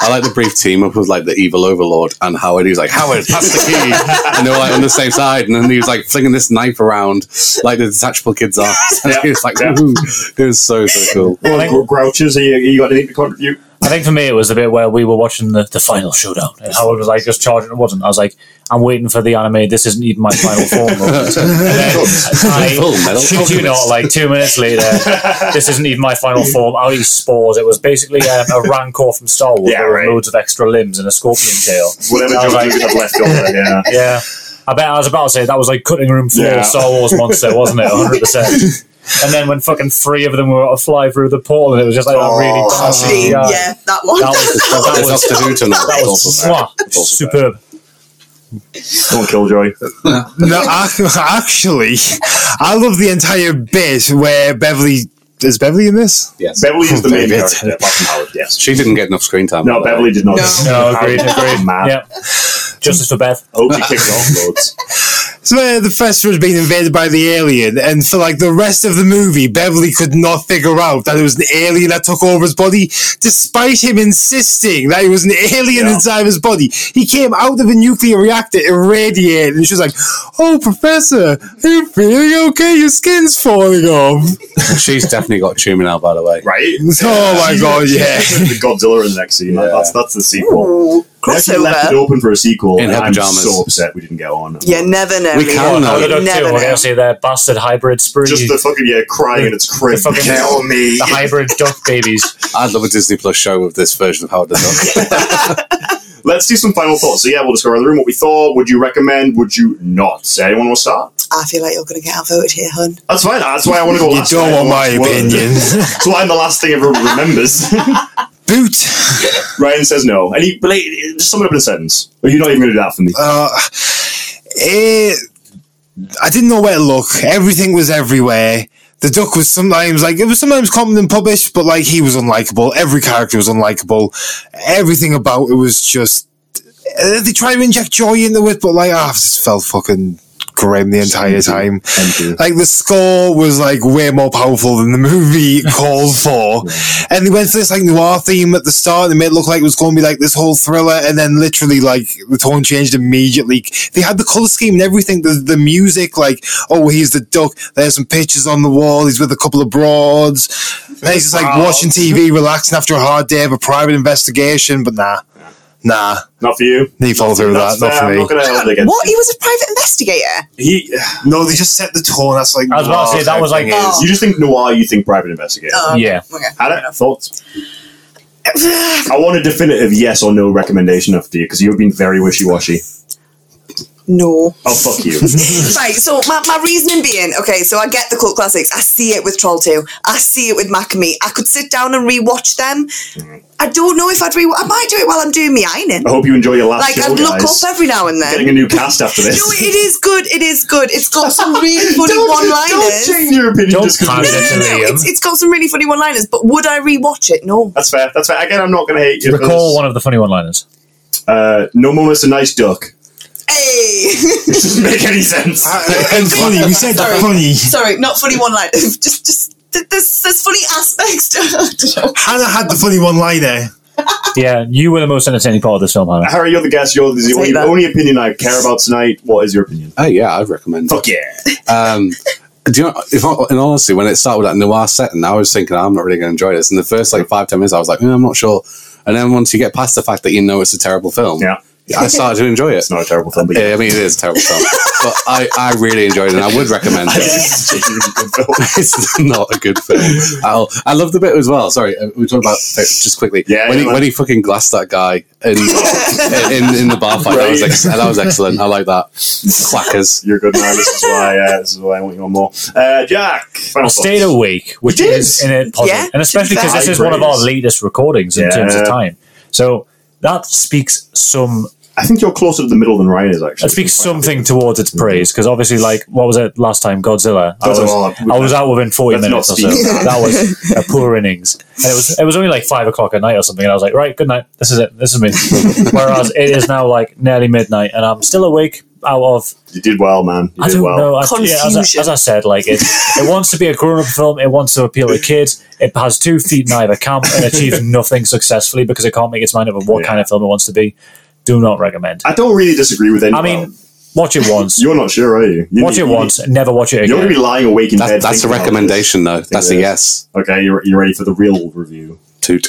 Speaker 5: I like the brief team up with like the evil overlord and Howard. He's like Howard, pass the key, and they're like on the same side. And then he was like flinging this knife around like the detachable kid's arms. And he was like,
Speaker 6: Yeah.
Speaker 5: "Ooh." it was so so cool.
Speaker 6: Well, grouches. Are you, you got anything to contribute?
Speaker 8: I think for me it was the bit where we were watching the, the final showdown and Howard was like just charging. It wasn't. I was like, I'm waiting for the anime. This isn't even my final form. moment." And then
Speaker 5: Full
Speaker 8: I
Speaker 5: Metal
Speaker 8: shit you not,
Speaker 5: Alchemist.
Speaker 8: like two minutes later, this isn't even my final form. Out these spores. It was basically um, a Rancor from Star Wars.
Speaker 6: Yeah,
Speaker 8: with
Speaker 6: right.
Speaker 8: Loads of extra limbs and a scorpion tail.
Speaker 6: Whatever
Speaker 8: I was
Speaker 6: George
Speaker 8: like-
Speaker 6: Lucas had left over, yeah.
Speaker 8: Yeah. I bet I was about to say that was like cutting room floor
Speaker 6: Yeah.
Speaker 8: Star Wars monster, wasn't it? 100%. And then when fucking three of them were able to fly through the portal, and it was just like that
Speaker 6: Oh,
Speaker 8: really classy.
Speaker 10: yeah.
Speaker 8: uh,
Speaker 10: that one.
Speaker 8: That was, that
Speaker 5: There's
Speaker 8: was,
Speaker 5: Doctor Who tonight.
Speaker 8: that was mwah, superb.
Speaker 6: Come on, Killjoy.
Speaker 9: No, ac- actually, I love the entire bit where Beverly is Beverly in this.
Speaker 5: Yes.
Speaker 6: Beverly is the main
Speaker 5: David.
Speaker 6: character. apart from Howard, yes.
Speaker 5: She didn't get enough screen time. by
Speaker 6: No,
Speaker 5: the way.
Speaker 6: Beverly did not.
Speaker 8: No, agreed, agreed.
Speaker 6: Mad.
Speaker 8: Yeah. Justice for Beth.
Speaker 6: Hope she kicked off loads.
Speaker 9: So where the festival was being invaded by the alien, and for like the rest of the movie, Beverly could not figure out that it was an alien that took over his body, despite him insisting that it was an alien
Speaker 6: Yeah.
Speaker 9: inside his body. He came out of a nuclear reactor irradiated, and she was like, "Oh, Professor, are you feeling okay? Your skin's falling off."
Speaker 5: She's definitely got tuning out, by the way.
Speaker 6: Right?
Speaker 9: Oh my god, yeah.
Speaker 6: the Godzilla in the next scene.
Speaker 5: Yeah.
Speaker 6: That's, that's the sequel. They actually left it
Speaker 1: crossover.
Speaker 6: open for a sequel,
Speaker 5: In
Speaker 6: and
Speaker 5: her
Speaker 6: I'm
Speaker 5: pajamas.
Speaker 6: so upset we didn't get on.
Speaker 1: You never know.
Speaker 5: We
Speaker 1: Liam.
Speaker 5: can now.
Speaker 8: Another
Speaker 1: You
Speaker 8: dog too.
Speaker 1: never
Speaker 8: We're going
Speaker 1: know.
Speaker 8: to see their bastard hybrid spree.
Speaker 6: Just the fucking, yeah, crying in its crib.
Speaker 8: the fucking-
Speaker 6: Kill me!
Speaker 8: the hybrid duck babies.
Speaker 5: I'd love a Disney Plus show with this version of Howard the Duck.
Speaker 6: Let's do some final thoughts. So yeah, we'll just go around the room. What we thought? Would you recommend? Would you not? Anyone want to start?
Speaker 10: I feel like you're going to get outvoted here, hun.
Speaker 6: That's fine. That's why I want to go.
Speaker 9: You
Speaker 6: last.
Speaker 9: don't
Speaker 6: I
Speaker 9: want my
Speaker 6: watched Word.
Speaker 9: opinion.
Speaker 6: so I'm the last thing everyone remembers.
Speaker 9: Boot.
Speaker 6: Ryan says no, and he but like, just sum it up in a sentence. Or you're not even going to do that for me.
Speaker 9: Uh, it, I didn't know where to look. Everything was everywhere. The duck was sometimes like it was sometimes common and published, but like he was unlikable. Every character was unlikable. Everything about it was just uh, they try to inject joy into it, but like ah, it just felt fucking grim the entire time. Like the score was like way more powerful than the movie called for. And they went for this like noir theme at the start and it made it look like it was going to be like this whole thriller. And then literally like the tone changed immediately. They had the color scheme and everything, the, the music, like, oh, he's the duck. There's some pictures on the wall. He's with a couple of broads. And he's just like watching TV, relaxing after a hard day of a private investigation. But nah, nah,
Speaker 6: Not for you.
Speaker 9: they follow through with that.
Speaker 6: That's
Speaker 9: Not
Speaker 6: fair.
Speaker 9: for
Speaker 6: I'm
Speaker 9: me.
Speaker 6: not going to hold it against
Speaker 1: What?
Speaker 6: you.
Speaker 1: He was a private investigator.
Speaker 6: He,
Speaker 9: No, they just set the tone. That's like
Speaker 8: I was about to
Speaker 9: wow,
Speaker 8: say, that was like-
Speaker 9: thing is.
Speaker 6: you just think noir. You think private investigator.
Speaker 1: Oh,
Speaker 8: Yeah.
Speaker 1: Okay.
Speaker 6: Hannah, thoughts? I want a definitive yes or no recommendation after you because you've been very wishy washy.
Speaker 1: No.
Speaker 6: Oh fuck you.
Speaker 1: Right, so my, my reasoning being, okay, so I get the cult classics. I see it with Troll 2. I see it with Macamee. I could sit down and rewatch them. I don't know if I'd re I might do it while I'm doing my ironing.
Speaker 6: I hope you enjoy your last
Speaker 1: like,
Speaker 6: show,
Speaker 1: I'd look
Speaker 6: guys.
Speaker 1: up every now and then.
Speaker 6: Getting a new cast after
Speaker 1: No,
Speaker 6: this.
Speaker 1: it is good. It is good. It's got some really funny
Speaker 6: Don't
Speaker 1: one-liners.
Speaker 6: change your opinion
Speaker 8: Don't
Speaker 6: just 'cause
Speaker 8: pass
Speaker 6: you-
Speaker 8: it.
Speaker 1: No, no,
Speaker 8: Liam.
Speaker 1: it's, it's got some really funny one-liners, but would I rewatch it? No.
Speaker 6: That's fair. That's fair. Again, I'm not going to hate you. for
Speaker 8: um, Recall
Speaker 6: this.
Speaker 8: one of the funny one-liners.
Speaker 6: Uh, no more is a nice duck.
Speaker 1: Hey,
Speaker 6: This doesn't make any sense.
Speaker 9: and funny, we said
Speaker 1: Sorry.
Speaker 9: funny.
Speaker 1: sorry, not funny one-liners. Just, just th- there's there's funny aspects to.
Speaker 9: Hannah had the funny one liner.
Speaker 8: Yeah, you were the most entertaining part of this film, Hannah.
Speaker 6: Harry, you're the guest. You're the
Speaker 1: Say
Speaker 6: only,
Speaker 1: that.
Speaker 6: only opinion I care about tonight. What is your opinion?
Speaker 5: Oh yeah, I'd recommend. it.
Speaker 6: Fuck yeah.
Speaker 5: Um, do you know? If I, in honesty, when it started with that noir setting, I was thinking I'm not really going to enjoy this. And the first like five ten minutes, I was like, "Mm, I'm not sure. And then once you get past the fact that you know it's a terrible film,
Speaker 6: Yeah.
Speaker 5: I started to enjoy it.
Speaker 6: It's not a terrible film, but
Speaker 5: Yeah, I mean, it is a terrible film, but I, I really enjoyed it, and I would recommend it.
Speaker 6: It's a genuinely good film.
Speaker 5: it's not a good film at all. I love the bit as well. Sorry, uh, we talked about uh, just quickly.
Speaker 6: Yeah,
Speaker 5: when,
Speaker 6: yeah,
Speaker 5: he,
Speaker 6: man.
Speaker 5: when he fucking glassed that guy in in, in the bar fight, that was
Speaker 6: Right.
Speaker 5: ex- that was excellent. I like that. Clackers.
Speaker 6: You're a good man. This is why. Uh, this is why I want you on more. Uh, Jack, final
Speaker 8: I stayed
Speaker 6: thoughts.
Speaker 8: awake, which
Speaker 6: You did?
Speaker 8: is in it positive,
Speaker 1: Yeah,
Speaker 8: and especially because this is one of our
Speaker 6: High praise.
Speaker 8: latest recordings in terms of
Speaker 6: Yeah.
Speaker 8: time. So that speaks some
Speaker 6: I think you're closer to the middle than Ryan is actually.
Speaker 8: That speaks something towards its praise because obviously, like what was it last time? Godzilla. I was,
Speaker 6: Godzilla.
Speaker 8: I was out within forty
Speaker 6: Let's
Speaker 8: minutes or
Speaker 6: not
Speaker 8: so.
Speaker 6: speak.
Speaker 8: that was a poor innings, and it was it was only like five o'clock at night or something. And I was like, right, good night. This is it. This is me. Whereas it is now like nearly midnight, and I'm still awake. Out of
Speaker 6: You did well, man. You
Speaker 8: I
Speaker 6: did
Speaker 8: don't
Speaker 6: well.
Speaker 8: know. I, yeah, as, I,
Speaker 1: Confusion.
Speaker 8: as I said, like it, it wants to be a grown-up film. It wants to appeal to kids. It has two feet in either camp and achieves nothing successfully because it can't make its mind up on what
Speaker 6: Yeah.
Speaker 8: kind of film it wants to be. Do not recommend.
Speaker 6: I don't really disagree with any.
Speaker 8: I mean, watch it once.
Speaker 6: you're not sure, are you? you
Speaker 8: Watch
Speaker 6: you-
Speaker 8: it
Speaker 6: you-
Speaker 8: once, never watch it
Speaker 6: You're
Speaker 8: again.
Speaker 6: going to be lying awake in
Speaker 5: That,
Speaker 6: bed.
Speaker 5: that's a
Speaker 6: thinking about
Speaker 5: recommendation, though. That's a yes.
Speaker 6: this. Okay, you're, you're ready for the real review.
Speaker 5: Toot.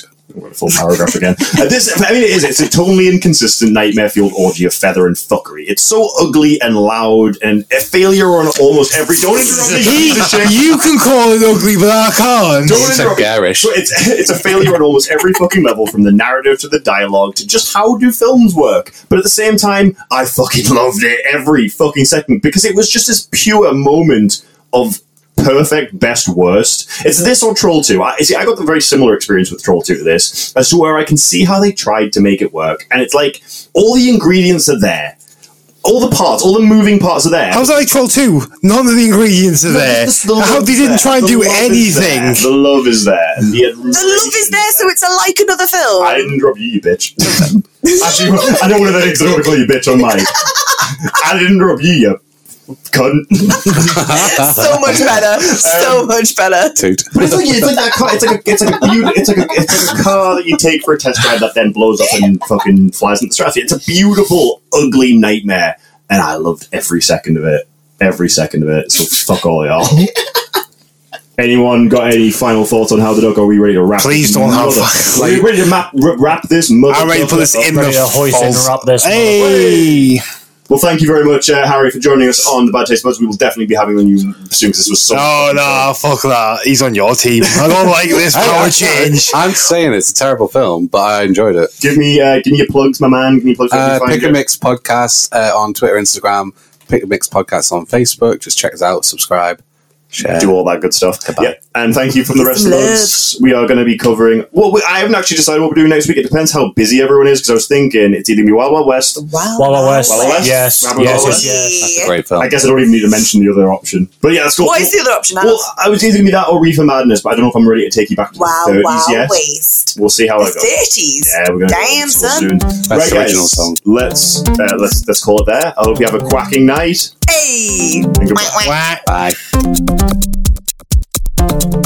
Speaker 6: full paragraph again. Uh, this, I mean, it is. It's a totally inconsistent nightmare fueled orgy of feather and fuckery. It's so ugly and loud and a failure on almost every. Don't interrupt me. Jesus, Shane.
Speaker 9: you can call it ugly, but I can't.
Speaker 6: Don't
Speaker 5: It's so
Speaker 6: interrupt me.
Speaker 5: garish.
Speaker 6: So it's it's a failure on almost every fucking level, from the narrative to the dialogue to just how do films work. But at the same time, I fucking loved it every fucking second because it was just this pure moment of perfect best worst. It's this or Troll Two. I you see. I got a very similar experience with Troll Two to this, as to where I can see how they tried to make it work, and it's like all the ingredients are there. All the parts, all the moving parts are there.
Speaker 9: How's that like Troll 2? None of the ingredients are there.
Speaker 6: Just the
Speaker 9: How
Speaker 6: love
Speaker 9: they didn't
Speaker 6: there.
Speaker 9: try and
Speaker 6: The
Speaker 9: do
Speaker 6: love is there. The
Speaker 9: anything.
Speaker 6: love is there. The,
Speaker 1: The love is there, so it's a like another film.
Speaker 6: I didn't interrupt you, you bitch. Actually, I know one of the things I don't want to call you bitch on mic. I didn't interrupt you, you cunt.
Speaker 1: so much better.
Speaker 6: Um,
Speaker 1: So much better.
Speaker 5: Toot.
Speaker 6: But it's like, it's like that car. It's like a, it's like a, beaut- it's like a, it's like a car that you take for a test drive that then blows up and fucking flies in the stratosphere. It's a beautiful, ugly nightmare, and I loved every second of it. Every second of it. So fuck all y'all. Anyone got any final thoughts on how the duck? Are we ready to wrap?
Speaker 9: Please
Speaker 6: this
Speaker 9: don't have-
Speaker 6: mother- Are we ready to map, wrap this? Mother
Speaker 9: I'm ready to put this
Speaker 6: up?
Speaker 9: in
Speaker 8: Ready to
Speaker 9: the
Speaker 8: hoist and
Speaker 9: false-
Speaker 8: wrap this
Speaker 9: Hey!
Speaker 6: Well, thank you very much, uh, Harry, for joining us on the Bad Taste Buds. We will definitely be having on you soon because this was so.
Speaker 9: Oh, no, fuck that. He's on your team. I don't like this
Speaker 5: Hey,
Speaker 9: power
Speaker 5: I'm-
Speaker 9: change.
Speaker 5: I'm saying it's a terrible film, but I enjoyed it.
Speaker 6: Give me, uh, give me your plugs, my man. Give me your plugs. where
Speaker 5: Uh,
Speaker 6: can we
Speaker 5: Pick a
Speaker 6: find you?
Speaker 5: Mix podcast uh, on Twitter, Instagram. Pick a Mix podcast on Facebook. Just check us out. Subscribe. Share.
Speaker 6: Do all that good stuff.
Speaker 5: Goodbye.
Speaker 6: Yeah, and thank you from the rest of
Speaker 1: Love.
Speaker 6: us. We are going to be covering. Well, we, I haven't actually decided what we're doing next week. It depends how busy everyone is because I was thinking it's either gonna be Wild Wild West.
Speaker 1: Wow.
Speaker 8: Wild Wild West.
Speaker 6: Wild West?
Speaker 8: Yes.
Speaker 6: Wild
Speaker 8: Yes,
Speaker 6: West?
Speaker 8: yes, yes.
Speaker 5: It's a great film.
Speaker 6: I guess I don't even need to mention the other option. But yeah, that's cool.
Speaker 1: What is the other option? Al?
Speaker 6: Well, I was either going to be that or Reefer Madness, but I don't know if I'm ready to take you back to
Speaker 1: wow,
Speaker 6: the 30s
Speaker 1: wow,
Speaker 6: yet.
Speaker 1: waste.
Speaker 6: We'll see how
Speaker 1: The
Speaker 6: I go.
Speaker 1: 30s.
Speaker 6: Yeah, we're gonna
Speaker 1: Damn,
Speaker 6: go
Speaker 1: son.
Speaker 6: soon. right,
Speaker 5: the original
Speaker 6: guys,
Speaker 5: song.
Speaker 6: Let's uh, let's let's call it there. I hope you have a quacking night.
Speaker 1: Hey.
Speaker 6: And goodbye.
Speaker 1: Wah, wah.
Speaker 9: Whack.
Speaker 5: Bye.